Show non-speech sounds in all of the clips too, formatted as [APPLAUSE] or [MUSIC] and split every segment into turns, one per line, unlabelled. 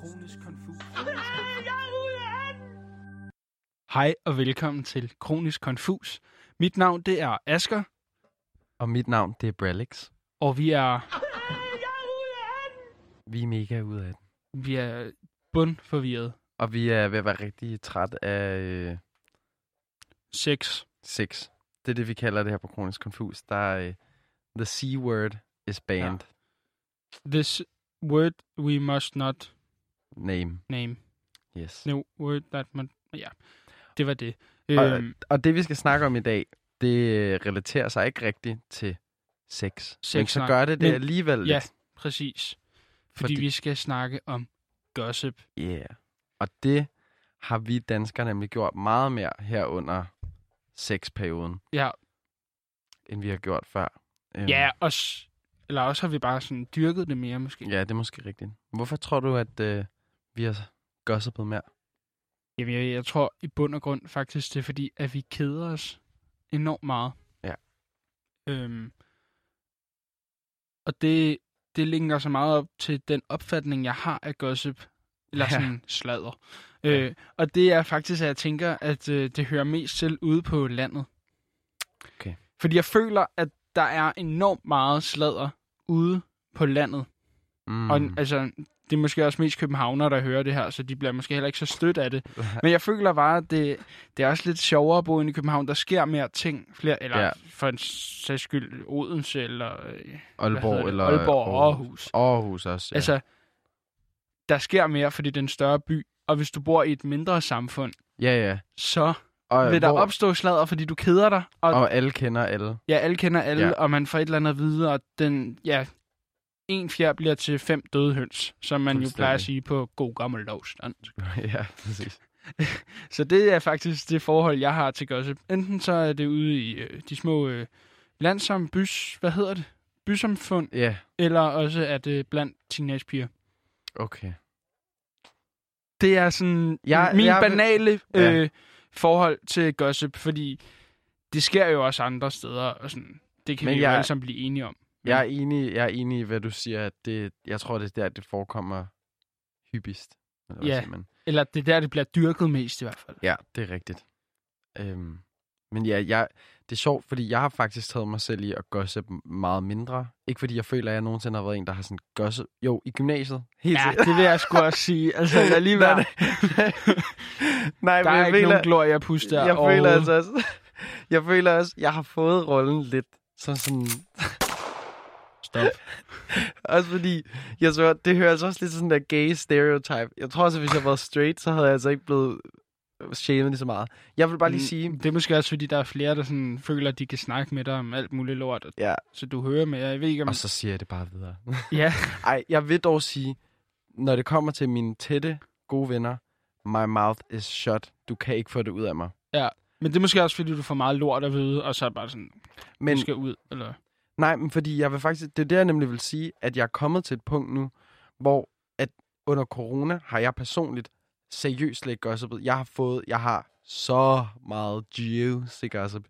Kronisk konfus.
Hej og velkommen til Kronisk Konfus. Mit navn det er Asker,
Og mit navn, det er Bralix.
og vi er
Vi er mega ude af den.
vi er bundforvirret.
Og vi er ved at være rigtig træt af øh,
Sex.
sex. Det er det, vi kalder det her på Kronisk Konfus. Der er, øh, the C-word is banned.
This word we must not
Name.
name.
Yes.
No word that man... Ja, det var det.
Og,
Øhm,
og det, vi skal snakke om i dag, det øh, relaterer sig ikke rigtigt til sex. Men så
Sexsnak.
gør det det
Men-
alligevel
ja,
lidt.
præcis. Fordi,
Fordi-
vi skal snakke om gossip.
Yeah. Og det har vi danskere nemlig gjort meget mere her under sexperioden,
Ja,
end vi har gjort før. Øhm,
ja også, eller også har vi bare sådan dyrket det mere måske.
Ja, det er måske rigtigt. Hvorfor tror du, at øh, vi har gossipet mere?
Jamen, jeg, jeg tror i bund og grund faktisk, det er fordi, at vi keder os enormt meget.
Ja.
Øhm, og det, det linker så meget op til den opfatning, jeg har af gossip. Eller
Ja.
sådan sladder.
Ja.
Øh, og det er faktisk, at jeg tænker, at øh, det hører mest til ude på landet.
Okay.
Fordi jeg føler, at der er enormt meget sladder ude på landet.
Mm.
Mm. Og altså, det er måske også mest københavnere, der hører det her, så de bliver måske heller ikke så stødt
[LAUGHS]
af det. Men jeg føler bare, at det, det er også lidt sjovere at bo inde i København. Der sker mere ting, flere, eller ja.
Ja.
for en sags skyld Odense, eller øh, hvad hedder
Aalborg
det?
eller
Aalborg og Aarhus.
Aarhus også,
Ja.
ja.
Altså, der sker mere, fordi det er en større by. Og hvis du bor i et mindre samfund,
ja, ja.
så
Og,
vil der
hvor-
opstå sladder, fordi du keder dig. Og, og
og alle kender
[LAUGHS]
alle.
ja, alle kender alle, ja.
Ja.
og man får et eller andet at vide, og den, ja, en fjer bliver til fem døde høns, som man jo
Fuldstændig.
plejer at sige på god gammel lovstand.
ja, præcis.
Så det er faktisk det forhold, jeg har til gossip. Enten så er det ude i øh, de små øh, landsom bys, hvad hedder det? Bysamfund,
Ja,
eller også er det blandt teenagepiger.
okay.
Det er sådan jeg,
Jeg-
min jeg,
jeg vil-
banale
Ja.
øh, forhold til gossip, fordi det sker jo også andre steder, og sådan, det kan Men
Men
vi jeg, jo
jeg-
alle sammen blive enige om.
Jeg er enig, jeg er enig i, hvad du siger. At det, jeg tror, det er der, det forekommer hyppigst. Eller hvad
Ja.
siger man?
Eller det er der, det bliver dyrket mest i hvert fald.
Ja, det er rigtigt. Øhm, men ja, jeg, det er sjovt, fordi jeg har faktisk taget mig selv i at gossip meget mindre. Ikke fordi jeg føler, at jeg nogensinde har været en, der har sådan gossip. Jo, i gymnasiet. Helt
Ja,
sikkert.
det vil jeg sgu også sige. Altså, lad lige
[LAUGHS] Nej,
være.
nej. [LAUGHS] Nej,
Der
men
er
jeg
ikke
føler,
nogen glorie at puste der
jeg føler
overhovedet.
altså også, [LAUGHS] jeg føler også, jeg har fået rollen lidt som sådan,
Stop.
også fordi, jeg så, det hører altså også lidt sådan der gay stereotype. Jeg tror også, at hvis jeg var straight, så havde jeg altså ikke blevet shamed lige så meget. Jeg vil [LAUGHS] bare lige sige,
Det er måske også, fordi der er flere, der sådan føler, at de kan snakke med dig om alt muligt lort, og-
ja.
så du hører med. Jeg ved ikke, om... [LAUGHS]
Og så siger jeg det bare videre. [LAUGHS]
Ja,
Ej, jeg vil dog sige, når det kommer til mine tætte, gode venner, my mouth is shut. Du kan ikke få det ud af mig.
men det er måske også, fordi du får meget lort at vide, og så er bare sådan, men...
Men,
du skal ud, eller...
Nej, men fordi jeg vil faktisk, det er det, jeg nemlig vil sige, at jeg er kommet til et punkt nu, hvor at under corona har jeg personligt seriøst slet ikke gossipet. Jeg har fået, jeg har så meget juice i gossip,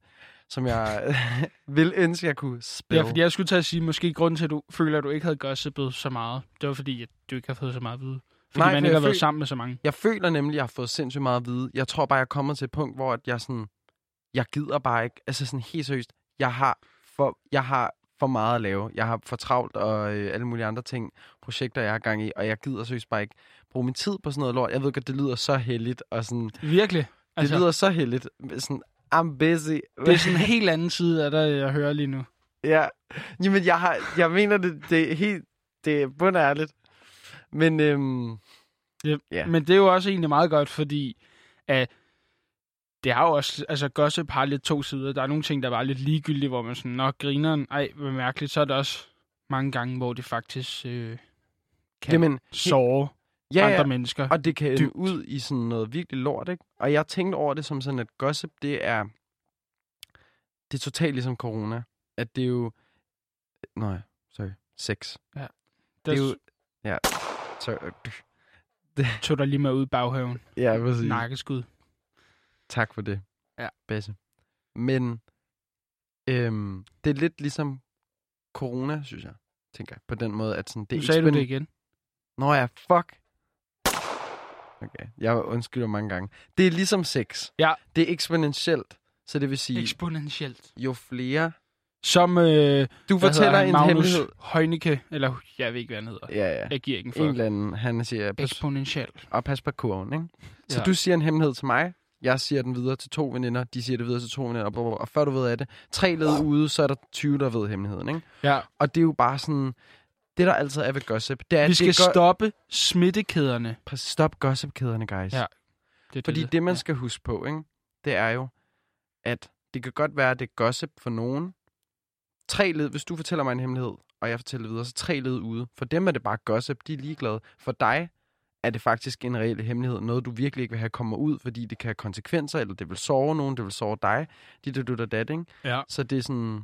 [LAUGHS]
som jeg [LAUGHS] vil ønske, jeg kunne spille.
Ja, fordi jeg skulle til at sige, måske grunden til, at du føler, at du ikke havde gossipet så meget, det var fordi, at du ikke har fået så meget at vide. Fordi
Nej,
man
for
ikke
jeg
har været
føl-
sammen med så mange.
jeg føler nemlig, at jeg har fået sindssygt meget at vide. Jeg tror bare, jeg er kommet til et punkt, hvor at jeg sådan, jeg gider bare ikke, altså sådan helt seriøst, jeg har for, jeg har for meget at lave. Jeg har for travlt og øh, alle mulige andre ting, projekter, jeg har gang i, og jeg gider seriøst bare ikke bruge min tid på sådan noget lort. Jeg ved godt, det lyder så heldigt, og sådan,
Virkelig.
altså,
Altså,
det lyder så heldigt, men sådan, I'm busy.
det er sådan en helt anden side af dig, jeg hører lige nu.
[LAUGHS] ja, jamen jeg, har, jeg mener det, det er helt, det er bundærligt. Men øhm,
Ja.
Ja.
Men det er jo også egentlig meget godt, fordi at det har jo også, altså gossip har lidt to sider. Der er nogle ting, der er bare lidt ligegyldige, hvor man sådan, nå, grineren, ej, hvor mærkeligt. Så er der også mange gange, hvor det faktisk øh, kan Jamen,
jamen,
såre ja,
ja,
andre
ja,
mennesker.
Og det kan
Dybt.
ende ud i sådan noget virkelig lort, ikke? Og jeg tænkte over det som sådan, at gossip, det er... Det er totalt ligesom corona. At det er jo... Nej, sorry. Sex.
der
det er jo- Ja. Sorry.
tog der lige med ud i baghaven.
Ja, præcis. Nej.
Nakkeskud.
Tak for det.
Ja.
Basse. Men øhm, det er lidt ligesom corona, synes jeg. Tænker jeg. På den måde, at sådan... Det er
Nu sagde du det
eksperim-
igen.
Nå ja, fuck. Okay. Jeg undskylder mange gange. Det er ligesom sex.
Ja.
Det er eksponentielt, så det vil sige,
Eksponentielt.
jo flere...
Som øh,
Du
hvad
fortæller
hedder han?
en
Magnus
hemmelighed.
Heunicke, eller jeg ved ikke, hvad han hedder.
Ja, ja.
Jeg giver ikke en fuck.
En eller anden, han siger, pas,
Eksponentielt.
og pas på kurven, ikke? Så
Ja.
du siger en hemmelighed til mig, jeg siger den videre til to veninder, de siger det videre til to veninder, og, blah, blah, blah. og før du ved af det, tre led ude, så er der 20, der ved hemmeligheden, ikke?
Ja.
Og det er jo bare sådan... Det, der altid er ved gossip, det er, at
Vi
det
skal
gør-
stoppe smittekæderne.
Præcis. Stop gossipkæderne, guys.
Ja, Det, er
Fordi det, man skal huske på, ikke, det er jo, at det kan godt være, at det er gossip for nogen. Tre led, hvis du fortæller mig en hemmelighed, og jeg fortæller videre, så tre led ude. For dem er det bare gossip, de er ligeglade. For dig er det faktisk en reel hemmelighed, noget du virkelig ikke vil have kommer ud, fordi det kan have konsekvenser, eller det vil sove nogen, det vil sove dig, dit og dit og dat, ikke?
Ja.
Så det er sådan,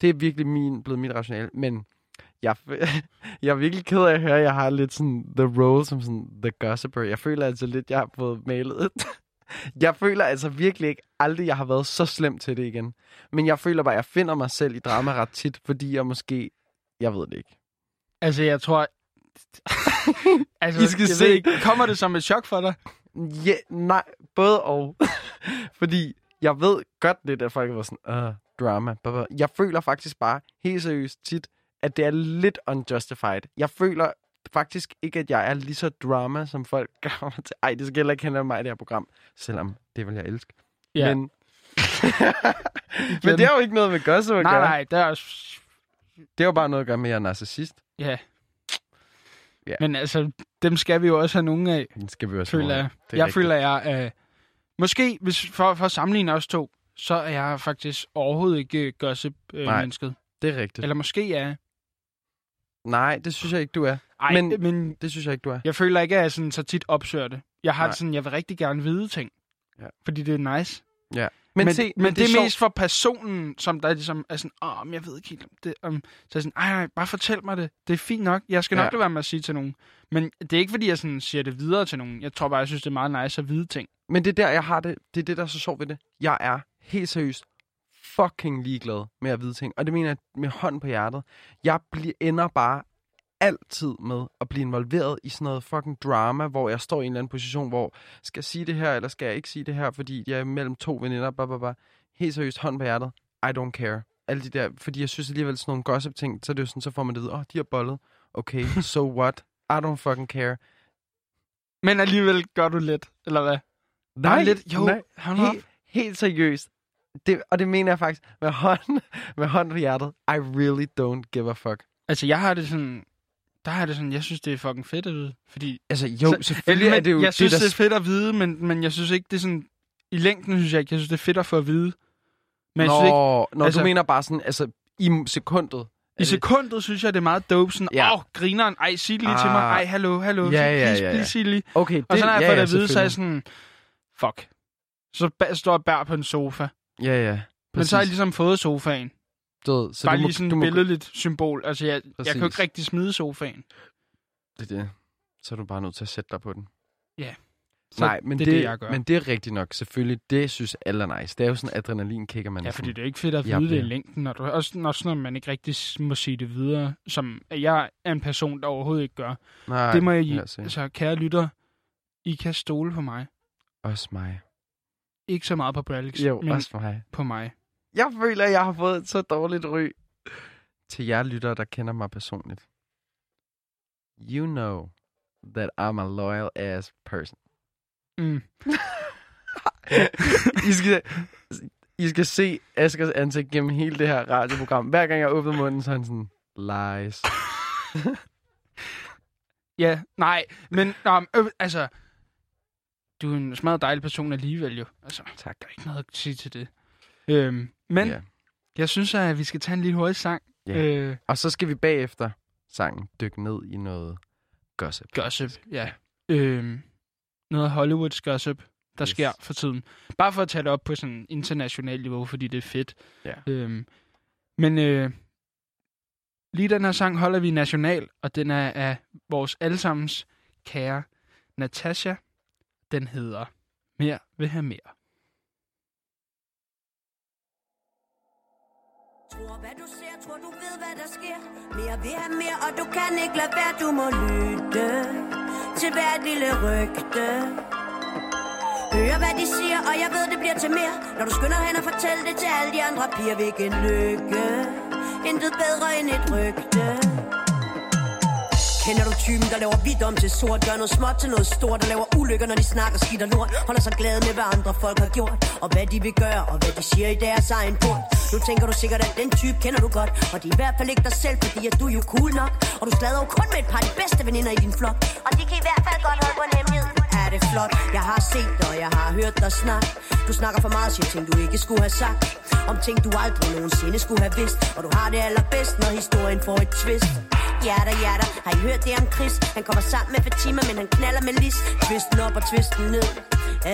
det er virkelig min, blevet mit rationale, men jeg, jeg er virkelig ked af at høre, at jeg har lidt sådan the role som sådan the gossiper. Jeg føler altså lidt, jeg har fået malet. [LAUGHS] jeg føler altså virkelig ikke aldrig, jeg har været så slem til det igen. Men jeg føler bare, at jeg finder mig selv i drama ret tit, fordi jeg måske... Jeg ved det ikke.
Altså, jeg
[LAUGHS]
tror... altså,
I skal
jeg ved
se.
ikke, Kommer det som et chok for dig?
Ja, nej, både og. [LAUGHS] fordi jeg ved godt lidt, at folk var sådan, uh, drama. blah, blah." Jeg føler faktisk bare helt seriøst tit, at det er lidt unjustified. Jeg føler faktisk ikke, at jeg er lige så drama, som folk [LAUGHS] gør mig til. Ej, det skal heller ikke handle om mig, i det her program. Selvom det vil jeg elske. Men,
[LAUGHS]
men det har jo ikke noget med gossip at
Nej,
gøre.
nej, det er også...
Det har jo bare noget at gøre med, at jeg er narcissist.
Ja.
Ja.
Men altså, dem skal vi jo også have nogle af,
Den skal vi også
føler jeg.
Det er
Jeg
rigtigt.
føler, jeg... Øh, måske, hvis for, for at sammenligne os to, så er jeg faktisk overhovedet ikke øh, gossip-mennesket.
Det er rigtigt.
Eller måske er jeg.
Nej, det synes jeg ikke, du er.
Ej, men,
Men-
men
Det synes jeg ikke, du er.
jeg føler ikke, at jeg sådan, så tit opsøger det. Jeg har
Nej.
det sådan, jeg vil rigtig gerne vide ting.
Ja.
Fordi det er nice.
Men,
men,
se,
men, men det, det er
sjovt.
mest for personen, som der ligesom er sådan, åh, men jeg ved ikke helt om det. Om, så er jeg sådan, ej, nej, bare fortæl mig det. Det er fint nok. Jeg skal nok
Ja.
lade være med at sige til nogen. Men det er ikke, fordi jeg sådan siger det videre til nogen. Jeg tror bare, jeg synes, det er meget nice at vide ting.
Men det er der, jeg har det. Det er det, der er så sjovt ved det. Jeg er helt seriøst fucking ligeglad med at vide ting. Og det mener jeg med hånd på hjertet. Jeg bliver, ender bare altid med at blive involveret i sådan noget fucking drama, hvor jeg står i en eller anden position, hvor skal jeg sige det her, eller skal jeg ikke sige det her, fordi jeg er mellem to veninder, blah, blah, blah. Helt seriøst, hånd på hjertet. I don't care. Alle de der, fordi jeg synes alligevel sådan nogle gossip-ting, så er det jo sådan, så får man det ud. Åh, oh, de har bollet. Okay, so what? I don't fucking care.
Men alligevel gør du lidt, eller hvad? Der er lidt, jo,
nej.
hold nu op.
Helt, helt seriøst. Det, og det mener jeg faktisk med hånden, [LAUGHS] med hånden på hjertet. I really don't give a fuck.
Altså, jeg har det sådan, der har jeg det sådan, jeg synes, det er fucking fedt at vide. Fordi,
Altså jo,
Så-
selvfølgelig
men,
er det jo
jeg
det,
synes,
der...
det er fedt at vide, men, men jeg synes ikke, det er sådan, i længden synes jeg ikke, jeg synes, det er fedt at få at vide. Men jeg synes ikke,
Nå, når
altså-
du mener bare sådan, altså i sekundet.
I sekundet synes jeg, det er meget dope. Sådan, åh, ja.
Ja.
oh, grineren, ej, sig det lige til mig.
Ah.
Ej, hallo, hallo.
Ja,
Sig-
ja,
please,
ja, ja.
please, sig det lige.
Okay, det,
Og så når jeg
ja,
får
ja,
det at vide, så er jeg
selvfølgelig.
sådan, fuck. Så ba- står jeg bær på en sofa. Præcis.
Ja, ja.
Men så har jeg
lige...
ligesom fået sofaen.
Død, så
Bare
du må,
lige sådan
du
et
må,
billedligt symbol. Altså, jeg, jeg kan jo
Præcis.
ikke rigtig smide sofaen.
Det, er det. Så er du bare nødt til at sætte dig på den.
Så
Nej, men
det
det,
er det, jeg gør.
men det er rigtigt nok. Selvfølgelig, det synes alle er nice. Det er jo sådan adrenalin kigger man.
Ja,
er sådan-
fordi det er ikke fedt at
Jeg
vide det i
bliver-
længden, når du, også, også når man ikke rigtig s- må sige det videre, som at jeg er en person, der overhovedet ikke gør.
Nej,
det må jeg,
lad os se.
altså kære lytter, I kan stole på mig.
Også mig.
Ikke så meget på Bralix,
Jo,
men
også mig.
på mig.
Jeg føler, jeg har fået et så dårligt ry. Til jer lyttere, der kender mig personligt. You know that I'm a loyal ass person.
Mm.
I skal, I skal se Askers ansigt gennem hele det her radioprogram. Hver gang jeg åbner munden, så er han sådan, lies.
Ja, nej, men nå, men, øh, altså, du er en smadret dejlig person alligevel jo. Altså,
Tak.
der er ikke noget at sige til det. Øhm, men yeah.
Ja.
jeg synes, at vi skal tage en lille hurtig sang.
Ja.
Yeah. Øh,
Og så skal vi bagefter sangen dykke ned i noget gossip.
gossip, ja. Øhm, noget Hollywoods gossip, der yes.
Yes.
sker for tiden. Bare for at tage det op på sådan internationalt niveau, fordi det er fedt.
Ja.
Øhm, men øh, lige den her sang holder vi national, og den er af vores allesammens kære Natasha. Den hedder Mere vil have mere.
Tror hvad du ser, tror du ved hvad der sker Mere vil have mere, og du kan ikke lade være, du må lytte til hvert lille rygte Hører hvad de siger, og jeg ved det bliver til mere Når du skynder hen og fortæller det til alle de andre piger Hvilken lykke, intet bedre end et rygte Kender du typen, der laver hvidt om til sort Gør noget småt til noget stort Der laver ulykker, når de snakker skidt og lort Holder sig glade med, hvad andre folk har gjort Og hvad de vil gøre, og hvad de siger i deres egen port Nu tænker du sikkert, at den type kender du godt Og det er i hvert fald ikke dig selv, fordi at du er jo cool nok Og du slader jo kun med et par af de bedste veninder i din flok Og de kan i hvert fald godt holde på en hemmelighed Er det flot, jeg har set dig, og jeg har hørt dig snakke Du snakker for meget, siger ting, du ikke skulle have sagt Om ting, du aldrig nogensinde skulle have vidst Og du har det allerbedst, når historien får et twist Hjerter, hjerter, har I hørt det om Chris? Han kommer sammen med Fatima, men han knaller med Lis Tvisten op og tvisten ned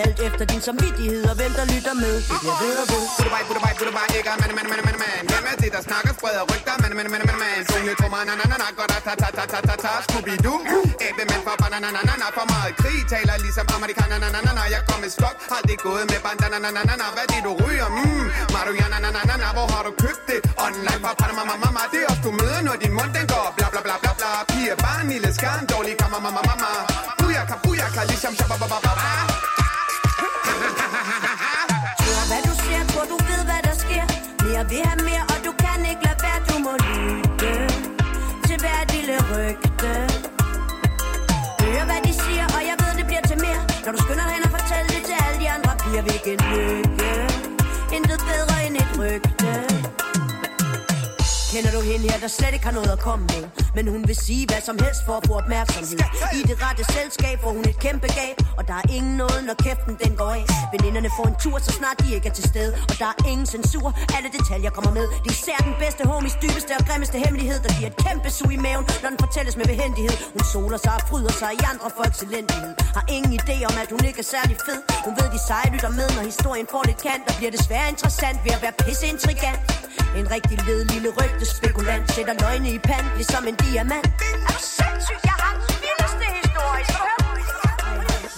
Alt efter din samvittighed og hvem der lytter med Det bliver ved og ved
Puttebaj, puttebaj, puttebaj, ægger, man, man, man, man, man. Hvem er det, der snakker, spreder rygter, man, man, man, man, man. Tunge trummer, na, na, na, na, godt, ta, ta, ta, ta, ta, ta, Scooby-Doo. Æble, mænd fra banan, na, na, na, na, for meget krig. Taler ligesom amerikaner, na, na, na, na, jeg kom i skok. Har det gået med bandana, na, na, na, na, hvad det, du ryger? Mm. Marihuana, na, na, na, na, hvor har du købt det? Online fra Panama, ma, ma, ma, det er også du møder, når din mund den går. Bla, bla, bla, bla, bla. Piger, barn, lille skarn, dårlig kammer, ma, ma, ma, ma. Booyaka, booyaka, ligesom shababababa.
Tror hvad du ser, tror du ved hvad der sker Mere vil have mere, og du kan ikke lade være Du må lytte til hvert lille rygte Hør hvad de siger, og jeg ved det bliver til mere Når du skynder hen og fortæller det til alle de andre piger Hvilken lykke, intet bedre end et rygte Kender du hende her, der slet ikke har noget at komme med Men hun vil sige hvad som helst for at få opmærksomhed I det rette selskab får hun et kæmpe gab Og der er ingen noget, når kæften den går af Veninderne får en tur, så snart de ikke er til stede Og der er ingen censur, alle detaljer kommer med Det er især den bedste homies dybeste og grimmeste hemmelighed Der giver et kæmpe sug i maven, når den fortælles med behendighed Hun soler sig og fryder sig i andre folks elendighed Har ingen idé om, at hun ikke er særlig fed Hun ved, de seje lytter med, når historien får lidt kant Og bliver desværre interessant ved at være pisseintrigant En rigtig led lille rygtespekulant Sætter løgne i pand, ligesom en diamant Er du sindssyg? Jeg har den vildeste historie Skal du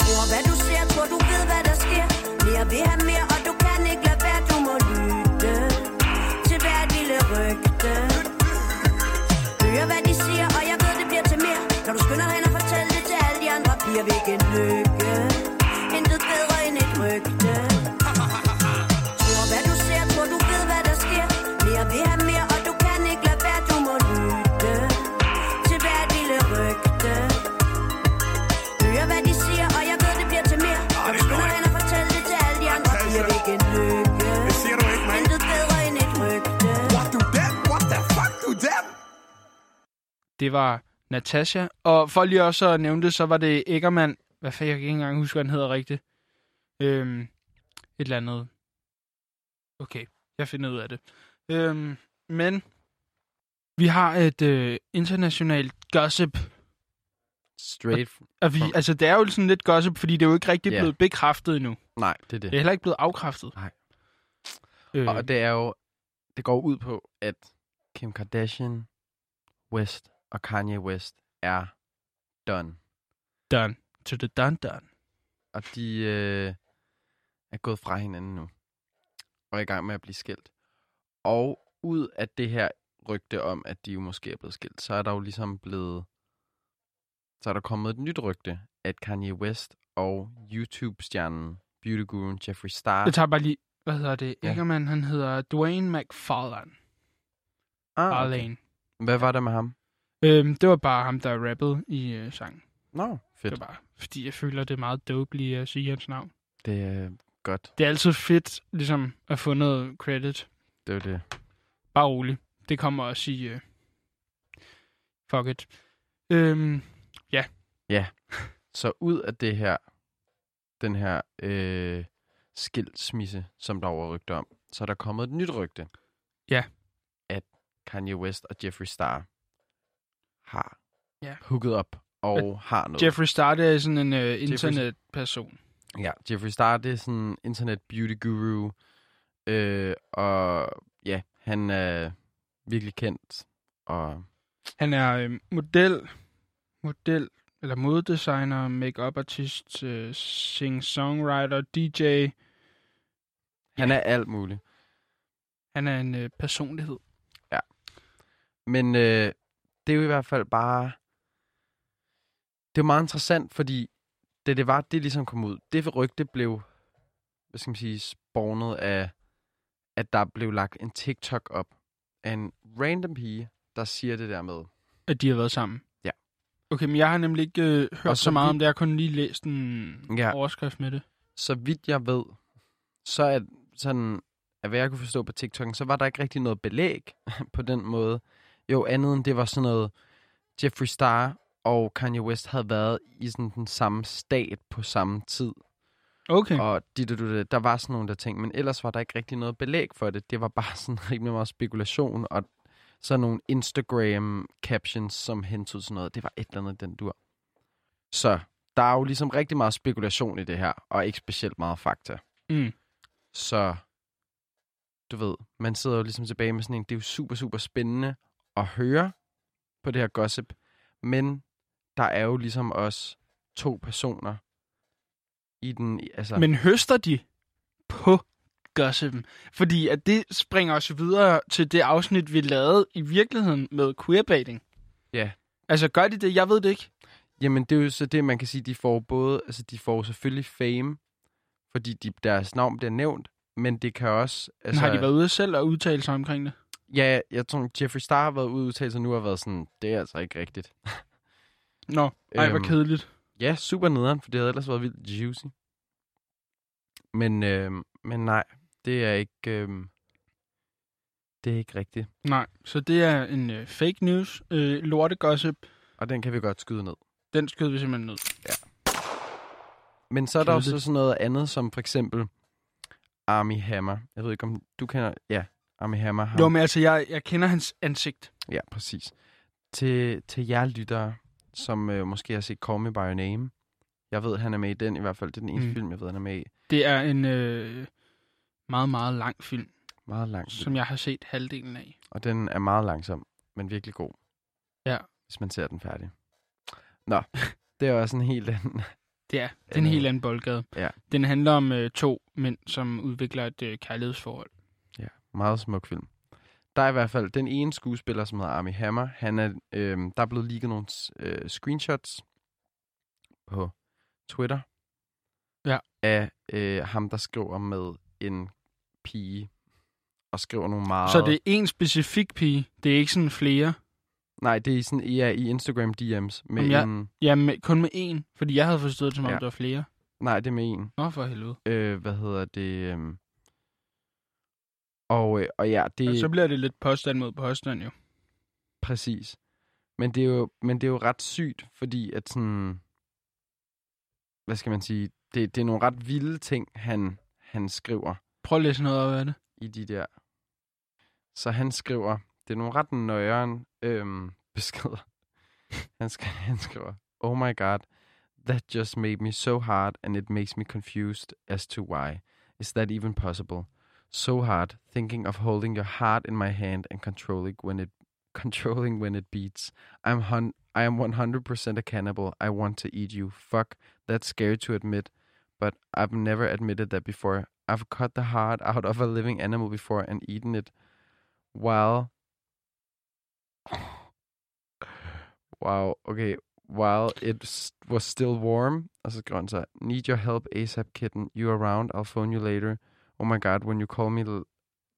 Tror hvad du ser, tror du ved hvad der sker Mere vil have mere, og du kan ikke lade være Du må lytte til hvert lille rygte Hører hvad de siger, og jeg ved det bliver til mere Når du skynder hen og fortæller det til alle de andre piger Hvilken lykke, intet bedre end et rygte Tror hvad du ser, tror du ved hvad der sker Mere vil have mere, og du kan ikke lade være Du må lytte til hvert lille rygte Hører hvad de siger, og jeg ved det bliver til mere Når du skynder hen og fortæller det til alle de andre piger Hvilken lykke,
Det siger du ikke, mand.
intet bedre end et rygte
What do that? What the fuck do that?
Det var Natasha. Og for lige også at nævne det, så var det Eggermann. Hvad fanden, jeg kan ikke engang huske, hvad han hedder rigtigt. Øhm, et eller andet. Okay, jeg finder ud af det. Øhm, men vi har et øh, internationalt gossip.
Straight.
Og vi,
Okay.
altså, det er jo sådan lidt gossip, fordi det er jo ikke rigtig
Ja.
blevet bekræftet endnu.
Nej, det er det.
Det er heller ikke blevet afkræftet.
Nej.
Øh,
Og det er jo, det går ud på, at Kim Kardashian, West og Kanye West er done.
done to the done done.
Og de øh, er gået fra hinanden nu. Og er i gang med at blive skilt. Og ud af det her rygte om, at de jo måske er blevet skilt, så er der jo ligesom blevet... Så er der kommet et nyt rygte, at Kanye West og YouTube-stjernen, beauty-guruen Jeffree Star...
Jeg tager bare lige, hvad hedder det?
Ja.
Eggermann, han hedder Dwayne McFarlane.
Ah, okay.
Farlane.
Hvad var der med ham?
Øhm, det var bare ham, der rappede i øh, sangen.
Nå, fedt.
Det var bare, fordi jeg føler, det er meget dope lige at sige hans navn.
Det er godt.
Det er altid fedt, ligesom, at få noget credit.
Det er jo det.
Bare rolig. Det kommer også i... Øh, fuck it. Øhm,
Så ud af det her, den her øh, skilsmisse, som der var rygte om, så er der kommet et nyt rygte.
Ja.
At Kanye West og Jeffree Star har
Ja.
hooket op og har noget.
Jeffrey Star, det er sådan en øh, internetperson.
ja, Jeffree Star, det er sådan en internet beauty guru. Øh, og ja, han er virkelig kendt. Og
Han er øh, model, model eller modedesigner, make-up artist, øh, sing-songwriter, DJ,
Han er alt muligt.
Han er en øh, personlighed.
Men øh, det er jo i hvert fald bare... Det er jo meget interessant, fordi da det var, det ligesom kom ud, det rygte blev, hvad skal man sige, spawnet af, at der blev lagt en TikTok op af en random pige, der siger det der med.
At de har været sammen.
Ja.
Okay, men jeg har nemlig ikke øh, hørt
Og
så,
så
meget
vi-
om det. Jeg har kun lige læst en ja.
Ja.
overskrift med det.
Så vidt jeg ved, så er sådan, at hvad jeg kunne forstå på TikTok'en, så var der ikke rigtig noget belæg [LAUGHS] på den måde. Jo, andet end det var sådan noget, Jeffree Star og Kanye West havde været i sådan den samme stat på samme tid.
Okay.
Og dit, dit, dit, der var sådan nogle der ting, men ellers var der ikke rigtig noget belæg for det. Det var bare [LAUGHS] sådan rimelig meget spekulation, og så nogle Instagram-captions, som hentede sådan noget. Det var et eller andet i den dur. Så der er jo ligesom rigtig meget spekulation i det her, og ikke specielt meget fakta.
Mm.
Så du ved, man sidder jo ligesom tilbage med sådan en, det er jo super, super spændende at høre på det her gossip, men der er jo ligesom også to personer i den, altså...
Men høster de på gossipen? Fordi at det springer os videre til det afsnit, vi lavede i virkeligheden med queerbaiting.
Ja.
Altså, gør de det? Jeg ved det ikke.
Jamen, det er jo så det, man kan sige, de får både, altså de får selvfølgelig fame, fordi de, deres navn bliver nævnt, men det kan også...
Men
Altså,
har de været ude selv og udtale sig omkring det?
Ja, jeg tror, Jeffree Star har været ude udtalt sig nu og har været sådan, det er altså ikke rigtigt.
Nå, nej, øhm. hvor
Øhm.
kedeligt.
Ja, super nederen, for det havde ellers været vildt juicy. Men, øh, men nej, det er ikke... Øh, det er ikke rigtigt.
Nej, så det er en øh, fake news, øh, lortegossip.
Og den kan vi godt skyde ned.
Den skød vi simpelthen ned.
Men så er der også
Kedeligt.
sådan noget andet, som for eksempel Army Hammer. Jeg ved ikke, om du kender... Ja, Army Hammer. ham-
Jo, men altså, jeg, jeg kender hans ansigt.
Ja, præcis. Til, til jer lyttere, som øh, måske har set Call Me By Your Name. Jeg ved, han er med i den i hvert fald. Det er den eneste
Mm.
mm. film, jeg ved, han er med i.
Det er en øh, meget, meget lang film,
Meget lang.
som jeg har set halvdelen af.
Og den er meget langsom, men virkelig god.
Ja.
Hvis man ser den færdig. Nå, [LAUGHS] det er også en helt anden...
Det er den
Øh,
helt anden boldgade.
ja.
Den handler om øh, to mænd, som udvikler et øh, kærlighedsforhold.
Ja, meget smuk film. Der er i hvert fald den ene skuespiller, som hedder Army Hammer. Han er, øh, der er blevet ligget nogle øh, screenshots på Twitter
Ja.
af øh, ham, der skriver med en pige og skriver nogle meget...
Så det er en specifik pige. Det er ikke sådan flere.
Nej, det er sådan, ja, i Instagram DM's med
Om jeg-
en...
Ja, med, kun med en. Fordi jeg havde forstået det, som om
Ja.
der var flere.
Nej, det er med en.
Nå, for helvede.
Øh, hvad hedder det? Øh... Og, øh, og ja, det...
Og så bliver det lidt påstand mod påstand, jo.
Præcis. Men det er jo, men det er jo ret sygt, fordi at sådan... Hvad skal man sige? Det, det er nogle ret vilde ting, han, han skriver
Prøv at læse noget op af det.
i de der... Så han skriver... Det er nogle ret nøjeren øhm, [LAUGHS] beskeder. han, sk- han skriver... Oh my god, that just made me so hard and it makes me confused as to why. Is that even possible? So hard, thinking of holding your heart in my hand and controlling when it [LAUGHS] controlling when it beats. I'm hun- I am 100% a cannibal. I want to eat you. Fuck, that's scary to admit, but I've never admitted that before. I've cut the heart out of a living animal before and eaten it while [SIGHS] Wow, okay. While it s- was still warm, og så skriver han så, Need your help ASAP, kitten. You around, I'll phone you later. Oh my god, when you call me l-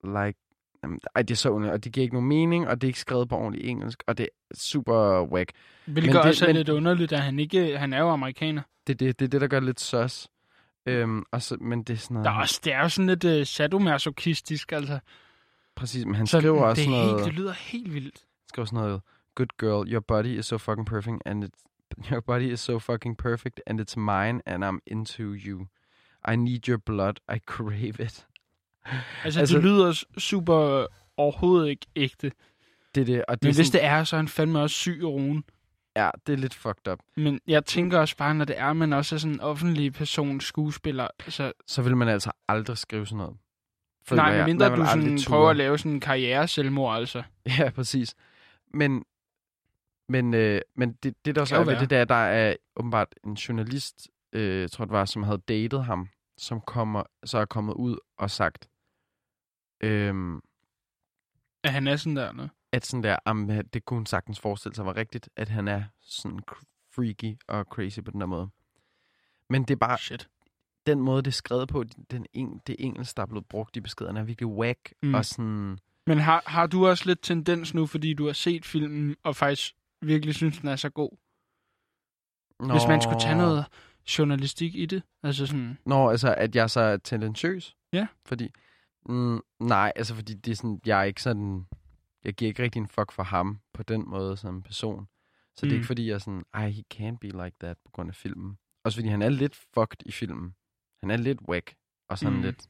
like Jamen, ej, det er så underligt, og det giver ikke nogen mening, og det er ikke skrevet på ordentlig engelsk, og det er super whack.
Hvilket
det-
også er
men-
lidt underligt, at han ikke... øh, Han er jo amerikaner.
Det er det, det, er det, der gør det lidt søs. Øhm, og så, men det er sådan noget...
Der er også, det er jo sådan lidt øh, sadomasochistisk, altså.
Præcis, men han
Så
skriver
det,
også
er
sådan
helt,
noget...
det lyder helt vildt.
skriver sådan noget, good girl, your body is so fucking perfect, and it, [LAUGHS] your body is so fucking perfect, and it's mine, and I'm into you. I need your blood, I [LAUGHS] crave it.
Altså, altså,
Altså-
det lyder s- super øh, overhovedet ikke ægte. Men
Det er det, og det, er
hvis
sådan,
det er, så er han fandme også syg i roen.
ja, det er lidt fucked up.
Men jeg tænker også bare, når det er, man også er sådan en offentlig person, skuespiller, så
Så vil man altså aldrig skrive sådan noget. Føler
nej,
jeg.
medmindre
man
du
vil aldrig
sådan
turde.
prøver at lave sådan en karriere-selvmord, altså.
[LAUGHS] Ja, præcis. Men, men, øh, men det, det, der også
kan
er
jo
ved
være.
det, der er, der er åbenbart en journalist, øh, tror jeg det var, som havde datet ham, som kommer, så er kommet ud og sagt, Øhm,
At han er sådan der, nå.
at sådan der, am, det kunne hun sagtens forestille sig var rigtigt, at han er sådan cr- freaky og crazy på den der måde. Men det er bare,
Shit.
den måde, det er skrevet på, den eng, det engelsk, der er blevet brugt i beskederne, er virkelig whack.
Mm.
Mm. Og sådan,
Men har, har du også lidt tendens nu, fordi du har set filmen, og faktisk virkelig synes, den er så god? Nå. Hvis man skulle tage noget journalistik i det? Altså sådan,
Nå, altså, at jeg så er tendensiøs?
Ja.
Fordi, mm, nej, altså, fordi det er sådan, jeg er ikke sådan, jeg giver ikke rigtig en fuck for ham på den måde som person. Så mm. det er
Mm.
ikke fordi, jeg er sådan, ej, he can be like that på grund af filmen. Også fordi han er lidt fucked i filmen. Han er lidt whack, og sådan
Mm.
mm. lidt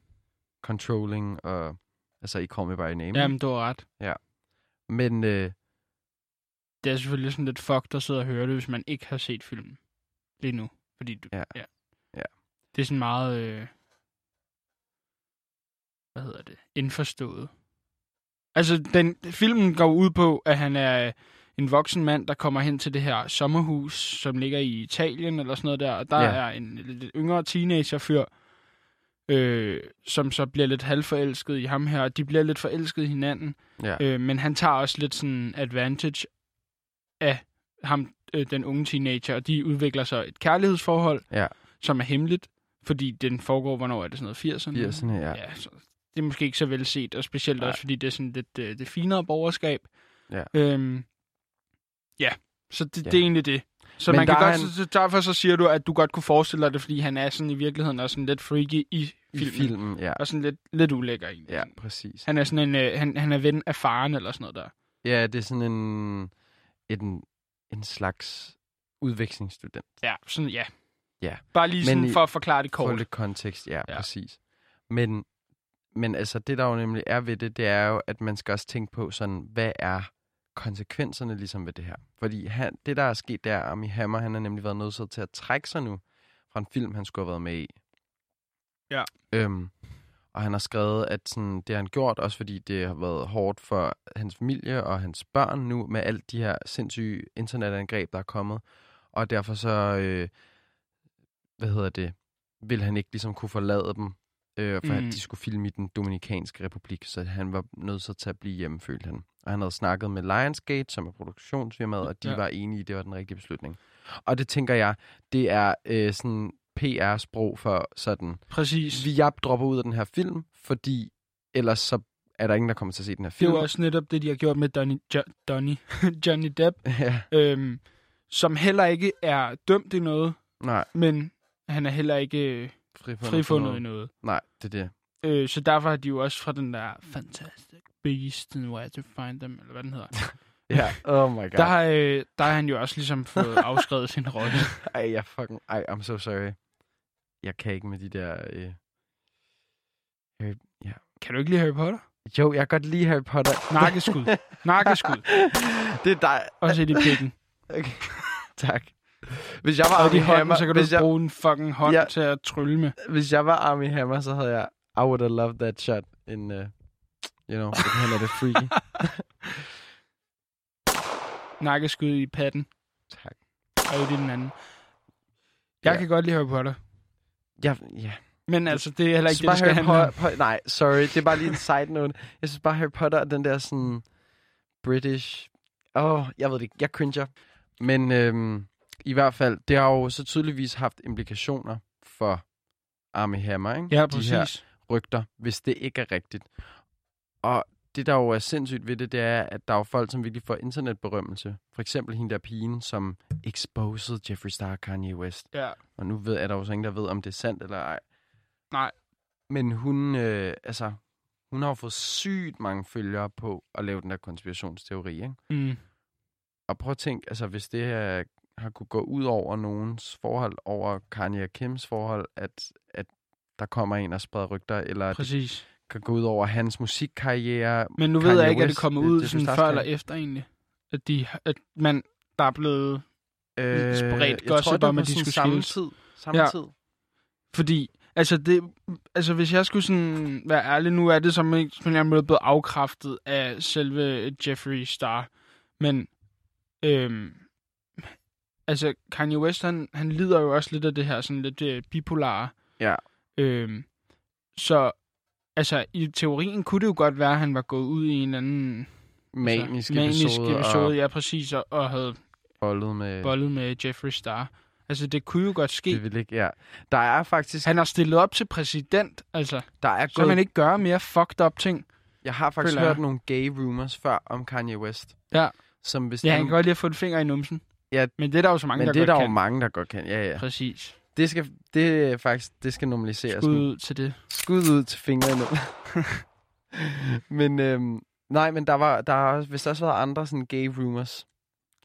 controlling, og altså i Call Me By Your Name.
jamen, du har ret.
Men øh,
Det er selvfølgelig sådan lidt fucked at sidde og høre det, hvis man ikke har set filmen lige nu. Fordi du,
Ja.
ja.
Ja.
Det er sådan meget, øh, hvad hedder det, indforstået. Altså, den, filmen går ud på, at han er øh, en voksen mand, der kommer hen til det her sommerhus, som ligger i Italien eller sådan noget der, og der
Ja.
er en lidt yngre teenagerfyr, øh, som så bliver lidt halvforelsket i ham her, og de bliver lidt forelsket i hinanden.
Ja.
Øh, men han tager også lidt sådan advantage af ham, øh, den unge teenager, og de udvikler så et kærlighedsforhold,
Ja.
som er hemmeligt, fordi den foregår, hvornår er det sådan noget, 80'erne?
80'erne, ja.
ja så det er måske ikke så velset, og specielt
Nej.
også, fordi det er sådan lidt øh, det finere borgerskab.
Ja.
Øhm, ja, så det,
Ja.
det er egentlig det. Så
Men
man kan
der er
godt,
han-
så, så derfor så siger du, at du godt kunne forestille dig det, fordi han er sådan i virkeligheden også sådan lidt freaky i
I
filmen.
filmen, ja.
Og sådan lidt, lidt ulækker egentlig.
Ja, præcis.
Han er sådan en, øh, han, han er ven af faren eller sådan noget der.
Ja, det er sådan en, en, en slags udvekslingsstudent.
Ja, sådan, ja.
Ja.
Bare lige
Men
sådan
i-
for at forklare det
Få
kort.
lidt kontekst, ja,
Ja.
ja. præcis. Men, men altså, det der jo nemlig er ved det, det er jo, at man skal også tænke på sådan, hvad er konsekvenserne ligesom ved det her? Fordi han, det, der er sket, der er, Armie Hammer, han har nemlig været nødsaget til at trække sig nu fra en film, han skulle have været med i.
Ja.
Øhm, og han har skrevet, at sådan, det har han gjort, også fordi det har været hårdt for hans familie og hans børn nu, med alt de her sindssyge internetangreb, der er kommet. Og derfor så, øh, hvad hedder det, vil han ikke ligesom kunne forlade dem, øh, for mm.
Mm.
at de skulle filme i den Dominikanske Republik, så han var nødt til at blive hjemme, følte han. Og han havde snakket med Lionsgate, som er produktionsfirmaet, og de
Ja.
ja. var enige, i, det var den rigtige beslutning. Og det tænker jeg, det er øh, sådan PR-sprog for sådan,
Præcis.
vi, jeg dropper ud af den her film, fordi ellers så er der ingen, der kommer til at se den her
Det er
film.
jo også netop det, de har gjort med Donny, jo, Donny, [LAUGHS] Johnny Depp,
[LAUGHS] ja,
øhm, som heller ikke er dømt i noget,
nej,
men han er heller ikke øh,
frifundet.
frifundet i noget.
Nej, det er det.
Øh, så derfor har de jo også fra den der Fantastic Beast and Where to Find Them, eller hvad den hedder,
Ja, oh my god.
der, har, øh, der har han jo også ligesom fået afskrevet sin
[LAUGHS]
rolle.
Ej, jeg fucking... Ej, I'm so sorry. Jeg kan ikke med de der... Øh... Harry... Ja.
Kan du ikke lide Harry Potter?
Jo, jeg kan godt lide Harry
[LAUGHS]
Potter.
Nakkeskud. Nakkeskud.
det er dig.
Også i de pikken.
[LAUGHS] Okay. tak. Hvis jeg
Og
var
i
Armie
hånden,
Hammer,
så kan du
hvis, jeg,
bruge en fucking hånd
Ja.
til at trylle med.
hvis jeg var Armie Hammer, så havde jeg... I would have loved that shot in... Uh... You know, fordi han er det
[LAUGHS]
freaky.
Nakkeskud i patten.
tak.
Og i den anden. Jeg
Ja.
kan godt lide Harry Potter.
Jeg, ja.
Men altså, det er heller
Jeg
ikke
synes
det, det
bare
skal
Harry
handle om.
Potter... Po- nej, sorry. Det er bare lige en side note. Jeg synes bare Harry Potter er den der sådan... British... Åh, oh, jeg ved det ikke. Jeg cringer. Men øhm, i hvert fald, det har jo så tydeligvis haft implikationer for Armie Hammer, ikke?
Ja,
De her
præcis.
rygter, hvis det ikke er rigtigt. Og det, der jo er sindssygt ved det, det er, at der er jo folk, som virkelig får internetberømmelse. For eksempel hende der pigen, som exposed Jeffree Star Kanye West.
Ja.
Og nu ved, er der jo så ingen, der ved, om det er sandt eller ej.
Nej.
Men hun, øh, altså, hun har jo fået sygt mange følgere på at lave den der konspirationsteori, ikke?
Mm.
Og prøv at tænke, altså, hvis det her har kunne gå ud over nogens forhold, over Kanye og Kims forhold, at, at der kommer en og spreder rygter, eller at det
Præcis.
kan gå ud over hans musikkarriere.
Men nu ved
Kanye
jeg ikke, at det
West,
kommer
øh,
ud
Jeffree
sådan
Star's
før
kan-
eller efter egentlig. At, de, at man, der er blevet... spredt
øh, jeg
gossip
tror, det
om,
var
at de
sådan
skulle
samme
skilles.
tid. Samme
Ja.
ja. tid.
Fordi, altså, det, altså hvis jeg skulle sådan være ærlig, nu er det som ikke på en eller anden måde blevet afkræftet af selve Jeffree Star. Men, øhm, altså Kanye West, han, han lider jo også lidt af det her sådan lidt øh, bipolare.
Ja.
Øhm, så Altså, i teorien kunne det jo godt være, at han var gået ud i en eller anden...
Manisk,
altså, manisk
episode,
episode, ja, præcis, og, og havde
og bollet med...
bollet med Jeffrey Star. Altså, det kunne jo godt ske.
Det vil ikke, ja. Der er faktisk...
Han har stillet op til præsident, altså.
Der er
Så kan man
gået,
ikke gøre mere fucked up ting.
jeg har faktisk
føler jeg.
hørt nogle gay rumors før om Kanye West.
Ja.
Som hvis
Ja, han kan godt lige have fået en finger i numsen.
Ja,
Men det er der jo så mange,
men
der
det er
godt
der jo
kan.
mange, der godt kan. Ja, ja.
Præcis.
Det skal, det er faktisk, det skal normaliseres.
Skud ud til det.
skud ud til fingrene. [LAUGHS] men øhm, nej, men der var der har også- vist også været andre sådan gay rumors,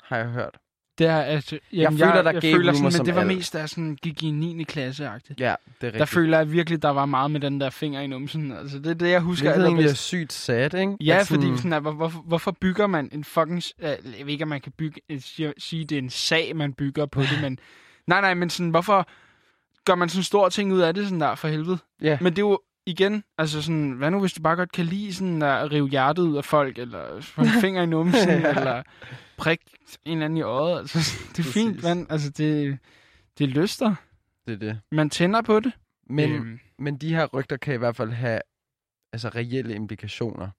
har jeg hørt.
Det er, at, øh, jamen,
føler, der
jeg
gay
føler
rumor
sådan, men
som
det var
alt.
mest, der sådan, gik i 9. klasse -agtigt.
Ja, det er rigtigt.
Der føler jeg virkelig, der var meget med den der finger i numsen. Altså, det er det, jeg husker
Hvilket egentlig er
allerbedst.
sygt sad, ikke? Altså,
Ja,
At
fordi sådan, at, hvor, hvorfor, hvorfor bygger man en fucking... s- øh, Jeg ved ikke, om man kan bygge, øh, sige, sige, det er en sag, man bygger på
[LAUGHS]
det, men... Nej, nej, men sådan, hvorfor gør man sådan stor ting ud af det sådan der, for helvede?
Ja.
Men det er jo igen, altså sådan, hvad nu hvis du bare godt kan lide sådan at rive hjertet ud af folk, eller få en finger i
[LAUGHS]
numsen,
Ja.
eller prik en eller anden i øjet. Altså, [LAUGHS] det er
Præcis.
fint, man. Altså, det, det er lyster.
Det er det.
Man tænder på det.
Men,
Øhm,
men de her rygter kan i hvert fald have altså reelle implikationer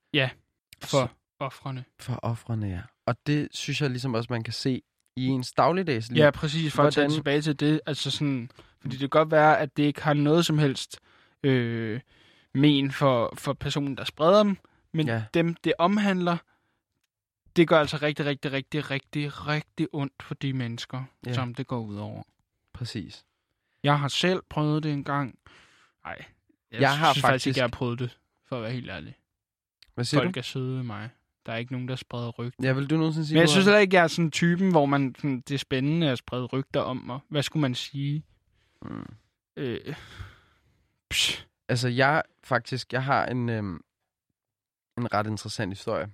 for offrene.
for offrene, ja. Og det synes jeg ligesom også, man kan se i ens dagligdags liv.
Ja, præcis. For at tage
Hvordan-
tilbage til det, altså sådan, fordi det kan godt være, at det ikke har noget som helst øh, men for, for personen, der spreder dem, men ja.
Ja.
dem, det omhandler, det gør altså rigtig, rigtig, rigtig, rigtig, rigtig ondt for de mennesker, ja.
Ja.
som det går ud over.
Præcis.
Jeg har selv prøvet det en gang. Nej, jeg,
Jeg
jeg har
har
synes faktisk ikke,
faktisk-
jeg har prøvet det, for at være helt ærlig.
Hvad siger
Folk er søde ved mig. Der er ikke nogen, der spreder ryg.
du? Ja, vil du nogensinde sige,
Men jeg
du
synes
har-
heller ikke, jeg er sådan typen, hvor man sådan, det er spændende at sprede rygter om, og hvad skulle man sige?
Mm.
Øh, psh,
Altså, jeg faktisk, jeg har en, øhm, en ret interessant historie,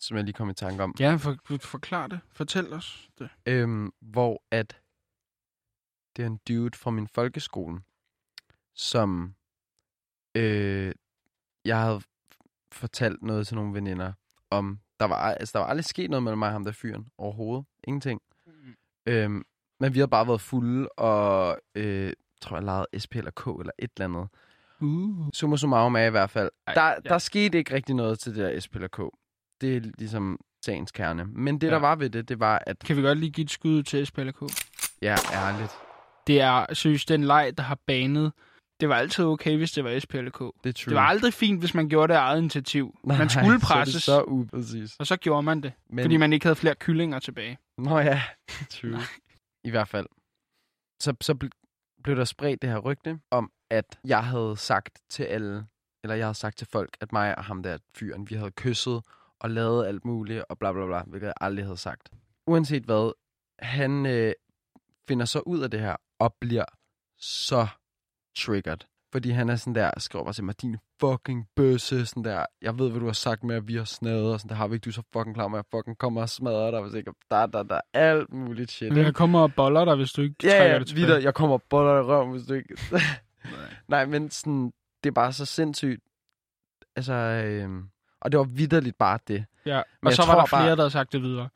som jeg lige kom i tanke om.
ja, for, for, forklar det. Fortæl os det.
øhm, hvor at det er en dude fra min folkeskole, som øh, jeg havde f- fortalt noget til nogle veninder om. Der var, altså, der var aldrig sket noget mellem mig og ham der fyren overhovedet. Ingenting. Mm. Øhm, men vi havde bare været fulde og øh, tror jeg legede SP eller K eller et eller andet.
Uh.
Summa summarum er i hvert fald.
Ej,
Ej, der,
ja.
ja. der skete ikke rigtig noget til det der SP eller K. Det er ligesom sagens kerne. Men det, ja. der
Ja.
var ved det, det var, at...
Kan vi godt lige give et skud til SPLK?
Ja, ærligt.
Det er, synes den leg, der har banet. Det var altid okay, hvis det var SPLK.
Det er true.
Det var aldrig fint, hvis man gjorde det af eget initiativ. Nej, man skulle presses,
Hmm. Så er det så upræcis.
og så gjorde man det,
Men,
fordi man ikke havde flere kyllinger tilbage.
Nå ja, true. I hvert fald. Så, så bl- blev der spredt det her rygte om, at jeg havde sagt til alle, eller jeg havde sagt til folk, at mig og ham der fyren, vi havde kysset og lavet alt muligt, og bla bla bla, hvilket jeg aldrig havde sagt. Uanset hvad, han øh, finder så ud af det her, og bliver så triggered. Fordi han er sådan der, skriver bare til mig, din fucking bøsse, sådan der, jeg ved, hvad du har sagt med, at vi har snadet, og sådan der, har vi ikke, du er så fucking klar med, at jeg fucking kommer og smadrer dig, hvis ikke, da, da, da, alt muligt shit.
Men
ikke?
jeg kommer og boller dig, hvis du ikke
Ja,
trækker
ja,
det tilbage.
videre. Jeg kommer og boller dig i røven, hvis du ikke... [LAUGHS] Nej, men sådan, det er bare så sindssygt. Altså, øhm, og det var vidderligt bare det.
Ja. Og
jeg
så var
tror
der flere,
bare-
der havde sagt det videre.